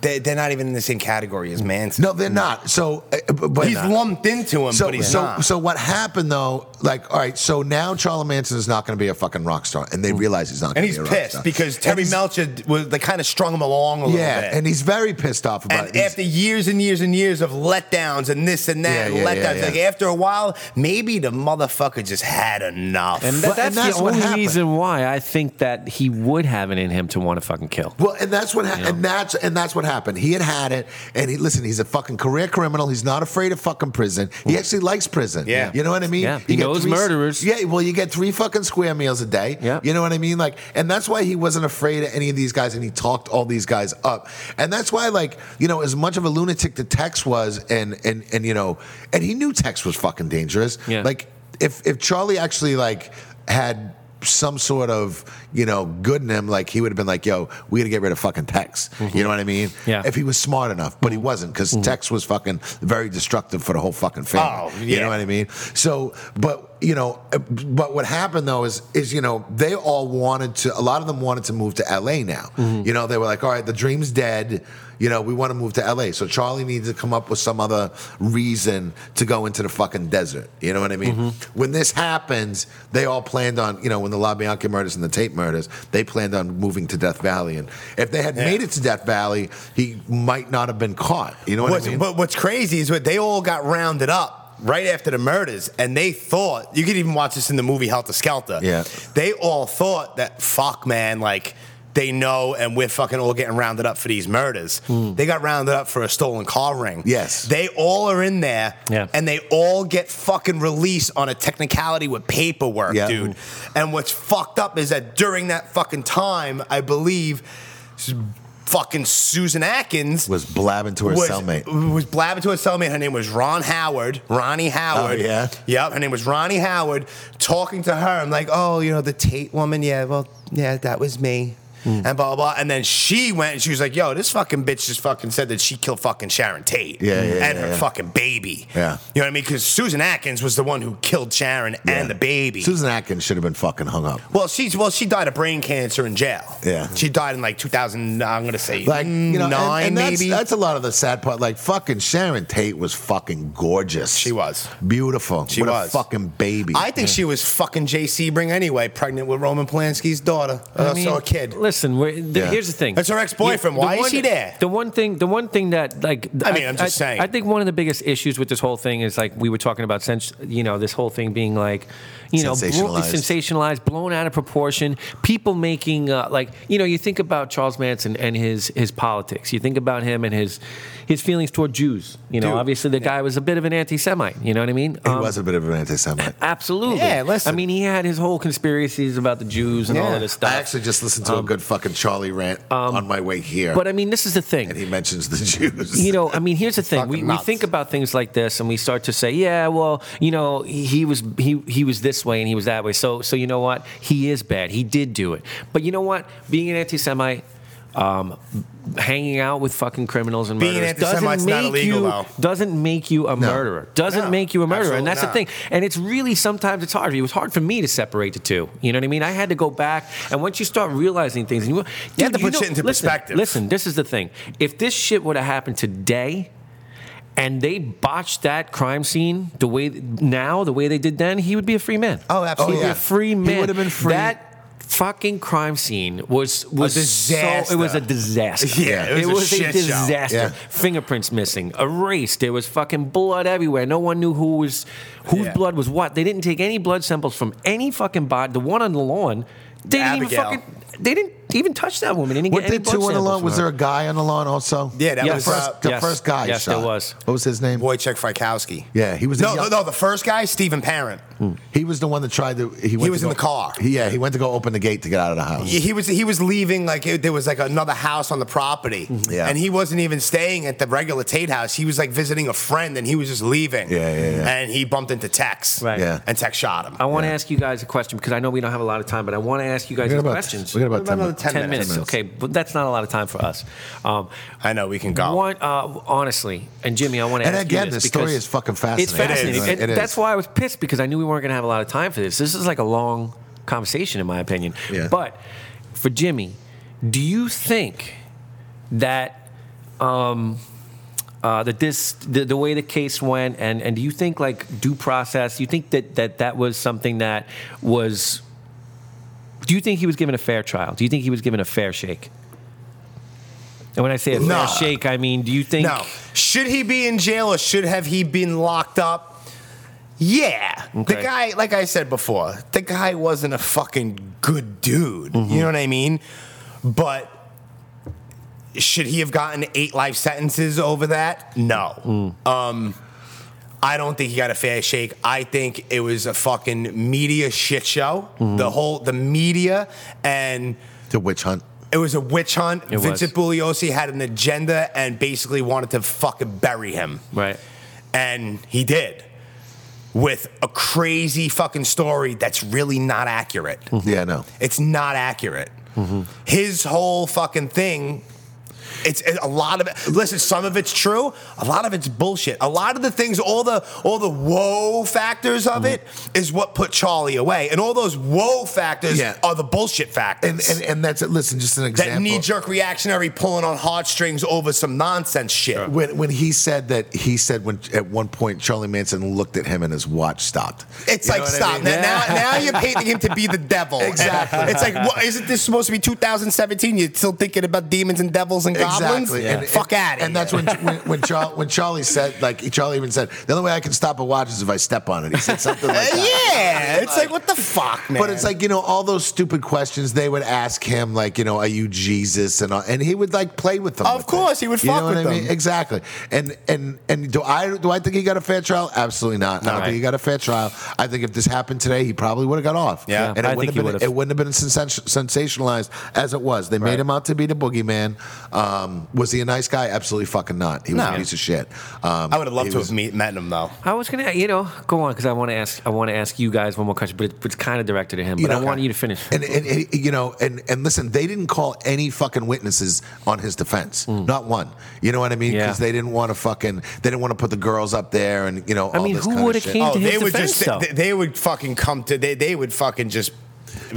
S5: they- they're not even in the same category as Manson.
S7: No, they're not. So, uh, b- but
S5: he's
S7: not.
S5: lumped into him,
S7: So,
S5: but he's
S7: so,
S5: not.
S7: so what happened though? Like, all right, so now Charlie Manson is not going to be a fucking rock star, and they realize he's not.
S5: Mm. and
S7: gonna
S5: he's
S7: be a rock
S5: pissed
S7: star.
S5: because
S7: And
S5: Terry
S7: he's-
S5: Melcher was they kind of strung him along a little
S7: Yeah,
S5: bit.
S7: and he's very pissed off about
S5: And
S7: it. He's-
S5: after years and years and years of letdowns and this and
S7: Yeah,
S5: that
S7: yeah,
S5: and letdowns,
S7: yeah,
S5: like
S7: yeah.
S5: after a while, maybe the motherfucker just had enough.
S6: And
S7: But-
S6: that,
S7: and
S6: that's,
S7: that's
S6: the
S7: what
S6: only
S7: happened.
S6: reason why I think that he would have it in him to want to fucking kill.
S7: Well, and that's what ha- and that's and that's what happened. He had had it, and he listen. He's a fucking career criminal. He's not afraid of fucking prison. He actually likes prison.
S5: Yeah.
S7: you know what I mean.
S6: Mm. Yeah,
S7: You
S6: he
S7: get
S6: knows
S7: three-
S6: murderers.
S7: Yeah, well, you get three fucking square meals a day.
S6: Yeah.
S7: you know what I mean. Like, and that's why he wasn't afraid of any of these guys, and he talked all these guys up. And that's why, like, you know, as much of a lunatic that Tex was, and and and you know, and he knew Tex was fucking dangerous.
S6: Yeah.
S7: like if if Charlie actually like had some sort of you know good in him, like he would have been like, "Yo, we gotta get rid of fucking Tex." You know what I mean?
S6: Yeah.
S7: If he was smart enough, but he wasn't because Tex was fucking very destructive for the whole fucking family.
S5: Oh,
S7: You
S5: yeah.
S7: know what I mean? So, but you know, but what happened though is is you know they all wanted to. A lot of them wanted to move to L.A. now. You know, they were like, "All right, the dream's dead." You know, we want to move to LA. So Charlie needs to come up with some other reason to go into the fucking desert. You know what I mean? When this happens, they all planned on, you know, when the La Bianca murders and the Tate murders, they planned on moving to Death Valley. And if they had made it to Death Valley, he might not have been caught. You know what
S5: What's,
S7: I mean?
S5: But what's crazy is what they all got rounded up right after the murders, and they thought you could even watch this in the movie Helter Skelter.
S7: Yeah.
S5: they all thought that fuck, man, like they know, and we're fucking all getting rounded up for these murders. They got rounded up for a stolen car ring.
S7: Hmm. Yes.
S5: They all are in there,
S6: Yeah.
S5: and they all get fucking released on a technicality with paperwork,
S7: Yeah.
S5: dude. And what's fucked up is that during that fucking time, I believe s- fucking Susan Atkins
S7: was blabbing to her cellmate.
S5: was blabbing to a cellmate. Her name was Ron Howard. Ronnie Howard.
S7: Oh, yeah?
S5: Yep. Her name was Ronnie Howard. Talking to her, I'm like, oh, you know, the Tate woman. Yeah. Well, yeah, that was me.
S7: Hmm.
S5: And blah, blah blah. And then she went and she was like, yo, this fucking bitch just fucking said that she killed fucking Sharon Tate.
S7: Yeah, yeah,
S5: And
S7: yeah,
S5: her
S7: yeah.
S5: fucking baby.
S7: Yeah.
S5: You know what I mean? Because Susan Atkins was the one who killed Sharon and the baby.
S7: Susan Atkins should have been fucking hung up.
S5: well, she's well. She died of brain cancer in jail.
S7: Yeah.
S5: she died in like 2000. I'm gonna say
S7: Like you know,
S5: nine,
S7: and, and that's,
S5: maybe.
S7: that's a lot of the sad part. Like fucking Sharon Tate was fucking gorgeous.
S5: She was.
S7: beautiful.
S5: She
S7: what
S5: was.
S7: a fucking baby.
S5: I think she was fucking J. Sebring anyway, pregnant with Roman Polanski's daughter. Uh,
S6: I mean,
S5: so a kid.
S6: Listen, we're, th-
S7: Yeah.
S6: here's the thing.
S5: That's her ex-boyfriend. Why
S6: the
S5: is
S6: one-
S5: he there?
S6: The one thing, the one thing that like,
S5: I mean, I'm just saying.
S6: I think one of the biggest issues with this whole thing is like we were talking about, sens- you know, this whole thing being like, you know, blo-
S7: Sensationalized.
S6: sensationalized, blown out of proportion. People making uh, like, you know, you think about Charles Manson and his his politics. You think about him and his his feelings toward Jews. You know,
S5: Dude.
S6: obviously the guy was a bit of an anti-Semite. You know what I mean?
S7: he
S6: Um,
S7: was a bit of an
S5: [LAUGHS]
S7: anti-Semite.
S6: Absolutely.
S5: Yeah, listen.
S6: I mean, he had his whole conspiracies about the Jews and all
S5: Yeah.
S6: of this stuff.
S7: I actually just listened to
S5: Um,
S7: a good fucking Charlie rant on my way here,
S5: uh,
S6: but I mean, this is the thing.
S7: and he mentions the Jews.
S6: you know, I mean, here's the thing. We,
S5: Fucking
S6: we
S5: nuts.
S6: think about things like this, and we start to say, "Yeah, well, you know, he, he was he he was this way, and he was that way." So, so you know what? He is bad. He did do it. But you know what? Being an anti-Semite, um, hanging out with fucking criminals and
S5: Being
S6: murderers
S5: an anti-Semite's
S6: doesn't
S5: not
S6: make
S5: illegal,
S6: you
S5: though.
S6: doesn't make you a murderer. Doesn't
S5: No,
S6: make you a murderer, and
S5: absolutely
S6: that's
S5: not.
S6: the thing. And it's really sometimes it's hard. It was hard for me to separate the two. You know what I mean? I had to go back, and once you start realizing things, and you,
S5: You have
S6: Dude,
S5: to put shit into
S6: listen,
S5: perspective.
S6: Listen, this is the thing. If this shit would have happened today, and they botched that crime scene the way now, the way they did then, he would be a free man.
S5: Oh, absolutely.
S6: He'd be
S7: yeah.
S6: a free
S7: He
S6: man.
S7: would have been free.
S6: That fucking crime scene was was So,
S5: disaster.
S6: it was a disaster.
S5: Yeah, it was a shit show.
S6: disaster.
S7: Yeah.
S6: Fingerprints missing, erased. There was fucking blood everywhere. No one knew who was whose
S5: Yeah.
S6: blood was what. They didn't take any blood samples from any fucking body. The one on the lawn, they didn't even
S5: Abigail.
S6: fucking they didn't even touch that woman. They didn't
S7: what
S6: get any
S7: did
S6: blood
S7: two on the
S6: samples
S7: lawn? Was
S6: from
S7: there
S6: her.
S7: a guy on the lawn also?
S5: Yeah, that
S6: Yes.
S5: was
S6: First-
S5: uh,
S7: the
S6: Yes.
S7: first guy.
S6: Yes,
S7: shot.
S6: there was.
S7: What was his name?
S5: Wojciech Frykowski.
S7: Yeah, he was the
S5: no,
S7: young- Mm.
S5: no, no. The first guy, Stephen Parent.
S7: He was the one that tried to. He, went
S5: was
S7: to
S5: in
S7: go-
S5: the car.
S7: He- yeah, he went to go open the gate to get out of the house.
S5: He, he was he was leaving like it, there was like another house on the property,
S7: Mm-hmm. Yeah.
S5: and he wasn't even staying at the regular Tate house. He was like visiting a friend, and he was just leaving.
S7: Yeah, yeah, yeah.
S5: And he bumped into Tex,
S6: Right.
S7: Yeah.
S5: and Tex shot him.
S6: I want to ask you guys a question because I know we don't have a lot of time, but I want to ask you guys
S7: We got
S6: some
S7: about-
S6: questions.
S7: we got about 10
S5: another
S7: minutes.
S5: 10 minutes.
S6: Okay, but that's not a lot of time for us. Um,
S5: I know we can go.
S6: One, uh, honestly, and Jimmy, I want to
S7: And
S6: ask
S7: again,
S6: you this
S7: this story
S6: because
S7: is fucking
S6: It's
S7: fascinating. It is.
S6: fascinating.
S7: Right.
S6: And
S7: It is.
S6: That's why I was pissed because I knew we weren't going to have a lot of time for this. This is like a long conversation, in my opinion.
S7: Yeah.
S6: But for Jimmy, do you think that um, uh, that this the, the way the case went, and and do you think like due process? Do you think that that that was something that was? Do you think he was given a fair trial? Do you think he was given a fair shake? And when I say a fair
S5: No.
S6: shake, I mean, do you think?
S5: No. Should he be in jail or should have he been locked up? Yeah. The
S6: Okay.
S5: guy, like I said before, the guy wasn't a fucking good dude.
S6: Mm-hmm.
S5: You know what I mean? But should he have gotten eight life sentences over that? No.
S6: Mm.
S5: Um, I don't think he got a fair shake. I think it was a fucking media shit show.
S6: Mm-hmm.
S5: The whole the media and
S7: The witch hunt.
S5: it was a witch hunt.
S6: It was.
S5: Vincent Bugliosi had an agenda and basically wanted to fucking bury him.
S6: Right.
S5: And he did. With a crazy fucking story that's really not accurate.
S7: Yeah, no.
S5: It's not accurate.
S7: Mm-hmm.
S5: His whole fucking thing. It's it- a lot of it. Listen, some of it's true, a lot of it's bullshit. A lot of the things, all the all the whoa factors
S7: Mm-hmm.
S5: of it, is what put Charlie away, and all those whoa factors
S7: Yeah.
S5: are the bullshit factors.
S7: And, and and that's it. Listen, just an example.
S5: That knee jerk reactionary pulling on heartstrings over some nonsense shit.
S7: When, when he said that, he said when at one point Charlie Manson looked at him and his watch stopped.
S5: It's
S7: You know
S5: like
S7: what I
S5: stop
S7: mean?
S5: now, now. Now you're painting him to be the devil.
S7: Exactly.
S5: It's like what, isn't this supposed to be 2017? You're still thinking about demons and devils and gods goblins?
S7: Exactly.
S5: And, Fuck out of
S7: And that's when when when, Char- when Charlie said, like Charlie even said, the only way I can stop a watch is if I step on it. He said something
S5: [LAUGHS]
S7: like that.
S5: yeah, it's like what the fuck, man.
S7: But it's like you know all those stupid questions they would ask him, like you know, are you Jesus, and all, and he would like play with them.
S5: Of
S7: with it.
S5: course, he would
S7: You
S5: fuck
S7: know what
S5: with
S7: I
S5: them.
S7: mean? Exactly. And and and do I do I think he got a fair trial? Absolutely not. I don't
S6: Right.
S7: think he got a fair trial. I think if this happened today, he probably would have got off.
S5: Yeah.
S7: and it
S6: I
S7: wouldn't
S6: think he
S7: have been
S6: would've.
S7: it wouldn't have been sensation- sensationalized as it was. They made
S6: Right.
S7: him out to be the boogeyman. Um, was he a nice guy? Absolutely fucking not. He was
S5: No.
S7: a piece of shit. Um,
S5: I would have loved
S7: he
S5: to
S7: was-
S5: have meet, met him though.
S6: I was gonna, you know, go on because I want to ask. I want to ask you guys one more question, but, it, but it's kind of directed at him. But I want you to finish.
S7: And, and, and, you know, and and listen, they didn't call any fucking witnesses on his defense, not one. You know what I mean?
S6: Hmm. Yeah.
S7: Because they didn't want to fucking, they didn't want to put the girls up there, and you know,
S6: I
S7: all
S6: mean,
S7: this
S6: who
S7: kind of
S6: would've
S7: shit.
S6: came-
S5: Oh,
S6: to his
S5: they would
S6: defense,
S5: just
S6: though.
S5: they, they would fucking come to they they would fucking just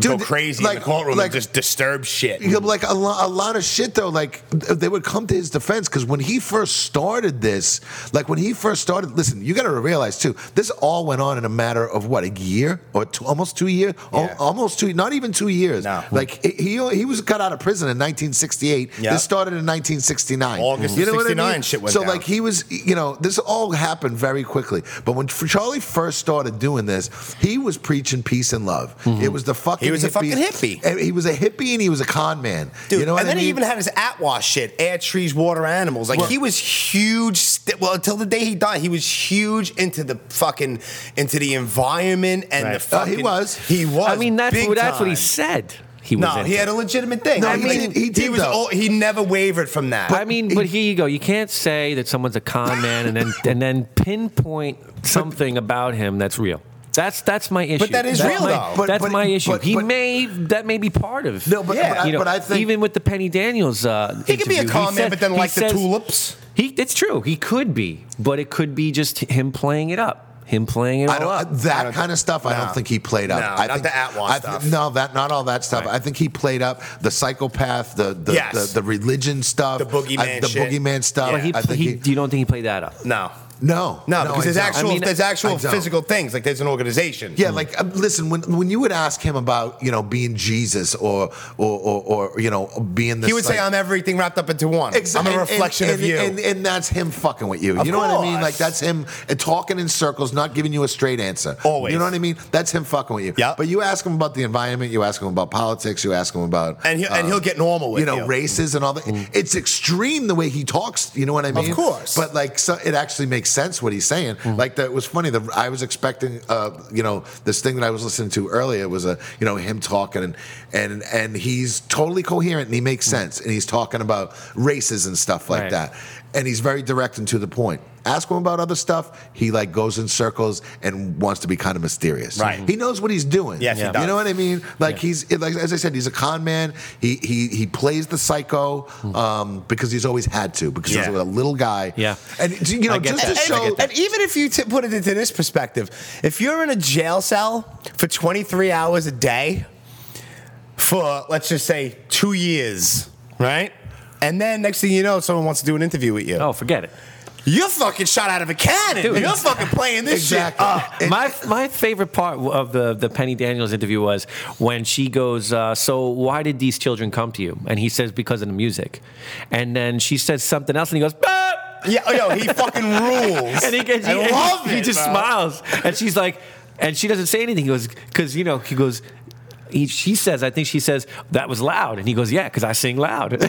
S5: go
S7: Dude,
S5: crazy
S7: like-
S5: in the courtroom
S7: like-
S5: and just disturb shit.
S7: You know, like a, lo- a lot of shit though like th- they would come to his defense because when he first started this like when he first started listen you gotta realize too this all went on in a matter of what a year or two, almost two years
S5: Yeah.
S7: almost two not even two years
S5: No.
S7: like he- he he was cut out of prison in 1968
S5: Yeah.
S7: this started in 1969
S5: August of
S7: you know what I
S5: 69
S7: mean?
S5: shit went
S7: so
S5: down.
S7: like he was you know this all happened very quickly but when Charlie first started doing this he was preaching peace and love it was the fucking
S5: Mm-hmm. was a fucking
S7: hippies-
S5: hippie.
S7: and he was a hippie and he was a con man.
S5: Dude,
S7: you know what I
S5: and then
S7: mean?
S5: he even had his Atwash shit, air, trees, water, animals. Like he was huge. St- well, until the day he died, he was huge into the fucking into the environment and the
S6: Right.
S7: Oh, he
S5: fucking.
S7: was.
S5: He was.
S6: I mean, that's
S5: big
S6: what, that's what he
S5: time.
S6: said. He was.
S5: No,
S6: into.
S5: he had a legitimate thing.
S7: No,
S5: I
S7: he
S5: mean,
S7: did- he did,
S5: was.
S7: though.
S5: al- he never wavered from that.
S6: I mean, but here you go. You can't say that someone's a con man and
S5: [LAUGHS]
S6: then and then pinpoint something about him that's real. That's that's my issue.
S5: that is
S6: that's
S5: real,
S6: my,
S5: though. But-
S6: that's
S7: but-
S6: my issue.
S7: but-
S6: he
S7: but-
S6: may that may be part of.
S7: No, but- Yeah. but I-
S6: you know,
S7: but I think-
S6: even with the Penny Daniels, uh,
S5: he could be a
S6: interview,
S5: con man,
S6: said-
S5: but then
S6: he
S5: like the
S6: says-
S5: tulips.
S6: He, it's true. He could be, but it could be just him playing it up. Him playing it
S7: I
S6: all
S7: don't,
S6: up.
S7: that kind of stuff. I don't
S5: no.
S7: think he played up.
S5: No,
S7: I
S5: not
S7: think,
S5: the Atwash
S7: I th-
S5: stuff.
S7: No, that not all that stuff.
S5: Right.
S7: I think he played up the psychopath, the the,
S5: Yes.
S7: the, the religion stuff,
S5: The boogeyman
S7: I- the
S5: shit.
S7: boogeyman stuff.
S6: But he,
S7: I think
S6: he,
S7: he,
S6: you don't think he played that up?
S5: No,
S7: no,
S5: no, because
S7: I
S5: there's
S7: don't.
S5: actual
S6: I mean,
S5: there's
S7: I
S5: actual
S7: don't.
S5: physical things. Like there's an organization.
S7: Yeah, like uh, listen, when when you would ask him about you know being Jesus or or or, or you know being this,
S5: he would say,
S7: like-
S5: "I'm everything wrapped up into one.
S7: Exactly.
S5: I'm a reflection
S7: and,
S5: of you."
S7: And, and that's him fucking with you.
S5: Of
S7: you know what I mean?
S5: course.
S7: Like that's him uh, talking in circles, not giving you a straight answer.
S5: Always.
S7: You know what I mean? That's him fucking with you.
S5: Yep.
S7: But you ask him about the environment, you ask him about politics, you ask him about
S5: And he'll- and he'll get normal
S7: Uh,
S5: with
S7: you know
S5: you. Mm.
S7: races and all that. It's extreme the way he talks. You know what I mean?
S5: course. Mm.
S7: But like so it actually makes sense what he's saying. Like that was funny. The, I was expecting uh, you know this thing that I was listening to earlier was a you know him talking and and and he's totally coherent and he makes
S5: Mm.
S7: sense and he's talking about races and stuff like
S6: Right.
S7: that and he's very direct and to the point. Ask him about other stuff. He like goes in circles and wants to be kind of mysterious.
S5: Right.
S7: He knows what he's doing.
S5: Yes, he
S7: You
S5: does.
S7: know what I mean? Like he's like as I said, he's a con man. He he he plays the psycho um, because he's always had to because he's
S5: Yeah.
S7: a little guy.
S6: Hmm. Yeah.
S7: And you know
S6: I get
S7: just
S6: that.
S7: to
S6: I
S7: show
S6: get that.
S5: And even if you t- put it into this perspective, if you're in a jail cell for 23 hours a day for, let's just say, two years, right? And then next thing you know, someone wants to do an interview with you.
S6: Oh, forget it.
S5: You're fucking shot out of a cannon.
S6: Dude.
S5: you're fucking playing this
S7: Exactly.
S5: shit. up.
S6: Uh, my my favorite part of the the Penny Daniels interview was when she goes, uh, "So why did these children come to you?" And he says, "Because of the music," and then she says something else, and he goes, "Ah!"
S5: yeah, oh, yo, he fucking rules.
S6: [LAUGHS] and he gets,
S5: I
S6: and
S5: love
S6: he,
S5: it.
S6: he just
S5: bro.
S6: smiles, and she's like, and she doesn't say anything. He goes, because you know, he goes. He, she says, I think she says that was loud, and he goes, "Yeah, because I sing loud." [LAUGHS]
S5: Yo,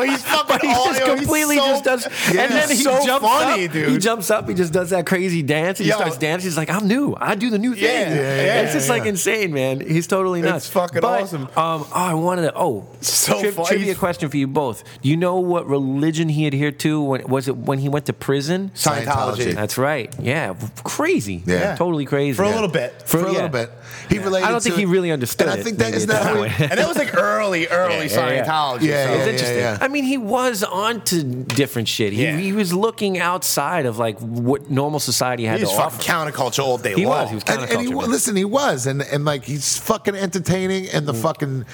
S5: he's fucking
S6: But he
S5: all-
S6: just
S5: yo, he's
S6: completely
S5: so-
S6: just does,
S5: Yeah,
S6: and then
S5: he's
S6: he
S5: so
S6: jumps
S5: funny,
S6: up. He
S5: dude.
S6: jumps up. He just does that crazy dance. He
S5: Yo.
S6: starts dancing. He's like, "I'm new. I do the new
S5: Yeah, yeah,
S6: thing."
S5: yeah,
S6: it's just like insane, man. He's totally nuts.
S5: fucking
S6: But,
S5: awesome.
S6: Um, oh, I wanted to. Oh,
S5: So
S6: tri-
S5: funny.
S6: trivia question for you both. Do you know what religion he adhered to? When was it when he went to prison?
S5: Scientology.
S6: That's right. Yeah, crazy.
S7: Yeah.
S6: totally crazy.
S5: For a little bit.
S7: for a
S6: yeah.
S7: little bit. He related.
S6: I don't think
S7: to
S6: he
S7: it.
S6: really understood
S7: And I
S6: it,
S7: think that
S6: maybe
S7: is
S6: at that
S7: that. how he-
S6: point.
S5: And that was like early, early
S6: [LAUGHS] Yeah, yeah, yeah.
S5: Scientology.
S7: Yeah,
S5: so-
S6: It's
S7: yeah,
S6: interesting.
S7: yeah.
S6: I mean, he was onto different shit. He,
S5: Yeah.
S6: he was looking outside of like what normal society had
S5: He was
S6: to
S5: fucking
S6: offer.
S5: counterculture all day
S6: He
S5: long.
S6: was. He was
S7: and, and he,
S6: counterculture.
S7: wa-
S6: man.
S7: listen, he was, and and like he's fucking entertaining, and the
S6: Mm.
S7: fucking,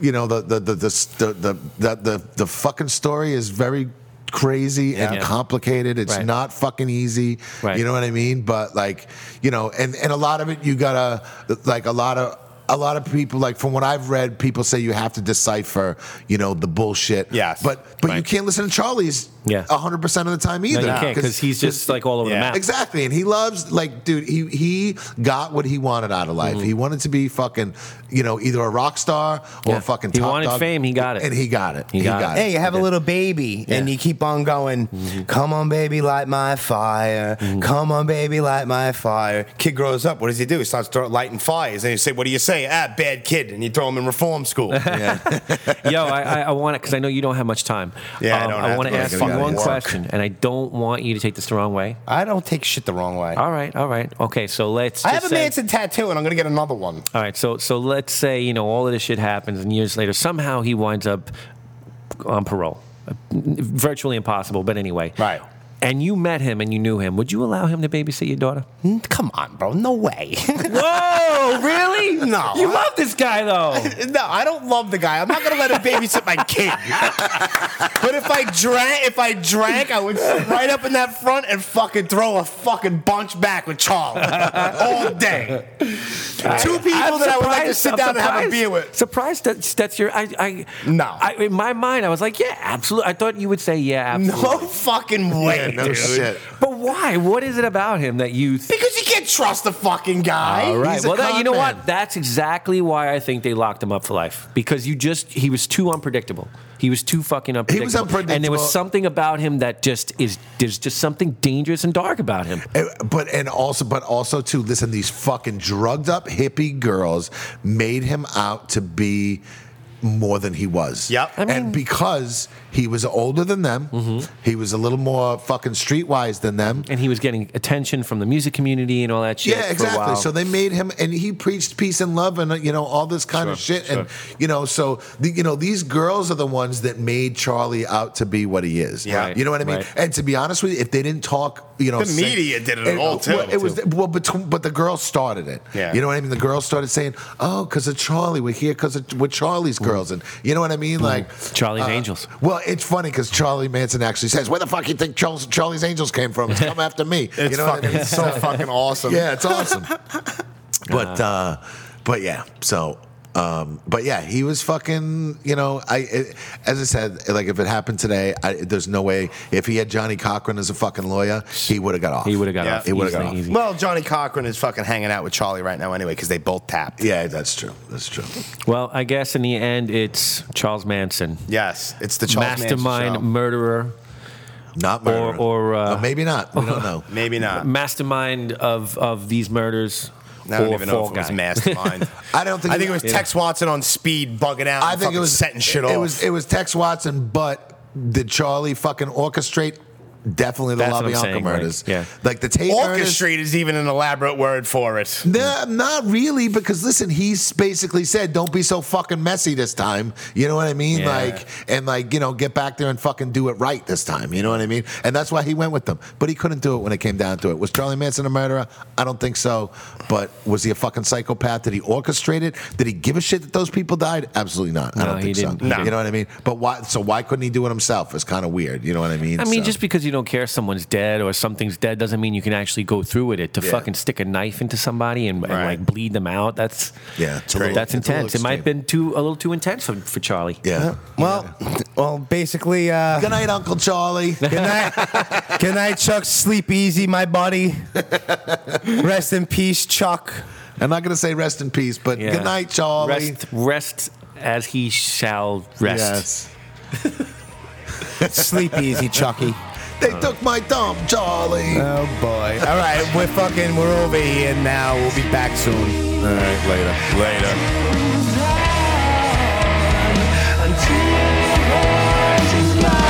S7: you know, the the the the the the, the, the, the fucking story is very crazy and
S6: Yeah.
S7: complicated. It's
S6: Right.
S7: not fucking easy.
S6: Right.
S7: You know what I mean? But like, you know, and and a lot of it you gotta like a lot of. A a lot of people like from what I've read, people say you have to decipher, you know, the bullshit.
S5: Yes.
S7: But but you
S5: Right.
S7: can't listen to Charlie's
S6: Yeah.
S7: hundred percent of the time
S6: No,
S7: either.
S6: you can't because he's just like all over the
S5: Yeah.
S6: map.
S7: Exactly. And he loves like dude, he he got what he wanted out of
S6: Mm-hmm.
S7: life. He wanted to be fucking, you know, either a rock star or
S6: Yeah.
S7: a fucking
S6: He
S7: top
S6: wanted
S7: dog.
S6: fame, he got it.
S7: And he got it.
S6: He got it.
S1: Hey, you have a little baby, and
S6: Yeah. Mm-hmm.
S1: you keep on going. Come on, baby, light my fire. Come on, baby, light my fire. Kid grows up. What does he do? He starts throwing lighting fires. And you say, "What do you say? Ah, bad kid." And you throw him in reform
S6: [LAUGHS]
S1: school.
S6: Yo, I, I, I want to because I know you don't have much time.
S1: Yeah, I don't have
S6: want
S1: to.
S6: to
S1: I
S6: ask you
S1: gotta
S6: one
S1: work.
S6: question, and I don't want you to take this the wrong way.
S1: I don't take shit the wrong way.
S6: All right, all right, okay. So let's.
S1: I
S6: just
S1: have a
S6: say-
S1: Manson tattoo, and I'm gonna get another one.
S6: All right, so so let's say you know all of this shit happens, and years later somehow he winds up on parole, virtually impossible. But anyway,
S1: Right.
S6: And you met him and you knew him. Would you allow him to babysit your daughter?
S1: Mm, Come on, bro. No way. [LAUGHS]
S6: Whoa, really?
S1: No.
S6: You love this guy [LAUGHS] though.
S1: No, I don't love the guy. I'm not gonna let him babysit my kid. but if I drank, if I drank, I would sit right up in that front and fucking throw a fucking bunch back with Charles all day. Two people
S6: I'm
S1: that I would like to
S6: surprised-
S1: sit
S6: I'm
S1: down and have a
S6: surprised-
S1: beer with.
S6: Surprised that that's your. I, I
S1: No.
S6: I, in my mind, I was like, yeah, absolutely. I thought you would say yeah,
S1: No
S6: absolutely.
S1: fucking way,
S7: no
S1: dude.
S7: shit.
S6: But why? What is it about him
S1: [LAUGHS]
S6: that you? Think
S1: Because you can't trust the fucking guy.
S6: All right.
S7: He's a
S6: Well, that,
S7: con
S6: you know
S7: man.
S6: what? That's exactly why I think they locked him up for life because you just he was too unpredictable. He was too fucking unpredictable. And there
S7: unpredictable.
S6: was something about him that just is there's just something dangerous and dark about him.
S7: Uh, But and also, but also too. Listen, these fucking drugged up hippie girls made him out to be more than he was.
S5: Yep. I
S7: and because he was older than them,
S6: Mm-hmm.
S7: he was a little more fucking streetwise than them.
S6: And he was getting attention from the music community and all that shit.
S7: Yeah,
S6: For a
S7: exactly.
S6: while.
S7: So they made him, and he preached peace and love, and uh, you know all this kind of shit, and you know, so the, you know these girls are the ones that made Charlie out to be what he is.
S6: Yeah. Right,
S7: you know what I mean.
S6: right.
S7: And to be honest with you, if they didn't talk, you know,
S5: The media did it
S7: and- uh,
S5: all, too.
S7: Well, it was well, between, but the girls started it.
S5: Yeah.
S7: you know what I mean. The girls started saying, "Oh, because of Charlie, we're here because we're Charlie's
S5: Mm.
S7: girls," and you know what I mean, like
S6: Charlie's
S7: uh,
S6: Angels.
S7: Well, it's funny because Charlie Manson actually says, "Where the fuck you think Charles, Charlie's Angels came from? It's
S5: [LAUGHS]
S7: come after me."
S5: It's
S7: you know
S5: fucking,
S7: what I mean?
S5: it's [LAUGHS] so fucking awesome.
S7: Yeah, it's awesome. [LAUGHS] but uh, but yeah, so um, but yeah, he was fucking. You know, I it, as I said, like if it happened today, I, there's no way. If he had Johnny Cochran as a fucking lawyer, he would have got off.
S6: he would have got
S5: Yeah.
S6: off.
S5: He
S7: would've got
S6: easily,
S7: off.
S6: easy.
S5: Well, Johnny Cochran is fucking hanging out with Charlie right now anyway because they both tapped.
S7: Yeah, that's true. That's true.
S6: Well, I guess in the end, it's Charles Manson,
S5: Yes, it's the Charles Manson
S6: mastermind
S5: show. murderer,
S7: Not murder.
S6: or, uh,
S7: maybe not. We
S6: [LAUGHS]
S7: don't know.
S5: Maybe not.
S6: mastermind of of these murders.
S5: Uh. I don't
S6: or
S5: even know
S6: fall
S5: if it was
S6: guy.
S1: [LAUGHS]
S5: mastermind.
S7: I don't think
S5: I think it was Tex Watson on speed bugging out.
S7: I think it was
S5: setting
S7: it,
S5: shit off.
S7: It was it was Tex Watson, but did Charlie fucking orchestrate? Definitely the
S6: That's what I'm
S7: LaBianca
S6: saying, like,
S7: murders.
S6: yeah.
S7: like the tape Ernest-
S5: orchestrate is even an elaborate word for it.
S7: No, not really, because listen, he's basically said, "Don't be so fucking messy this time." You know what I mean?
S6: Yeah.
S7: Like, and like, you know, get back there and fucking do it right this time. You know what I mean? And that's why he went with them, but he couldn't do it when it came down to it. Was Charlie Manson a murderer? I don't think so. But was he a fucking psychopath? Did he orchestrate it? Did he give a shit that those people died? Absolutely not. I
S6: No,
S7: don't
S6: he
S7: think
S6: didn't.
S7: so.
S6: He didn't.
S7: You know what I mean? But why? So why couldn't he do it himself? It's kind of weird. You know what I mean?
S6: I mean,
S7: So-
S6: just because you don't care someone's dead or something's dead doesn't mean you can actually go through with it. To
S7: Yeah.
S6: fucking stick a knife into somebody and, and,
S5: Right.
S6: like bleed them out, that's
S7: Yeah, it's a little-
S6: that's
S7: it's a little
S6: intense. It might have been too a little too intense for, for Charlie.
S7: yeah.
S1: Well, well, basically, uh,
S7: Good night, Uncle
S6: [LAUGHS]
S7: Charlie.
S1: Good night. Good night, Chuck. Sleep easy, my buddy. Rest in peace, Chuck.
S7: I'm not gonna say rest in peace, but
S6: Yeah.
S7: good night, Charlie.
S6: Rest, rest as he shall rest.
S7: Yes.
S1: Sleep easy, Chucky.
S7: They took my dump, Charlie.
S1: Oh boy. All right, we're fucking we're over here now. We'll be back soon.
S5: All right, later. Later.
S9: Until the rising sun.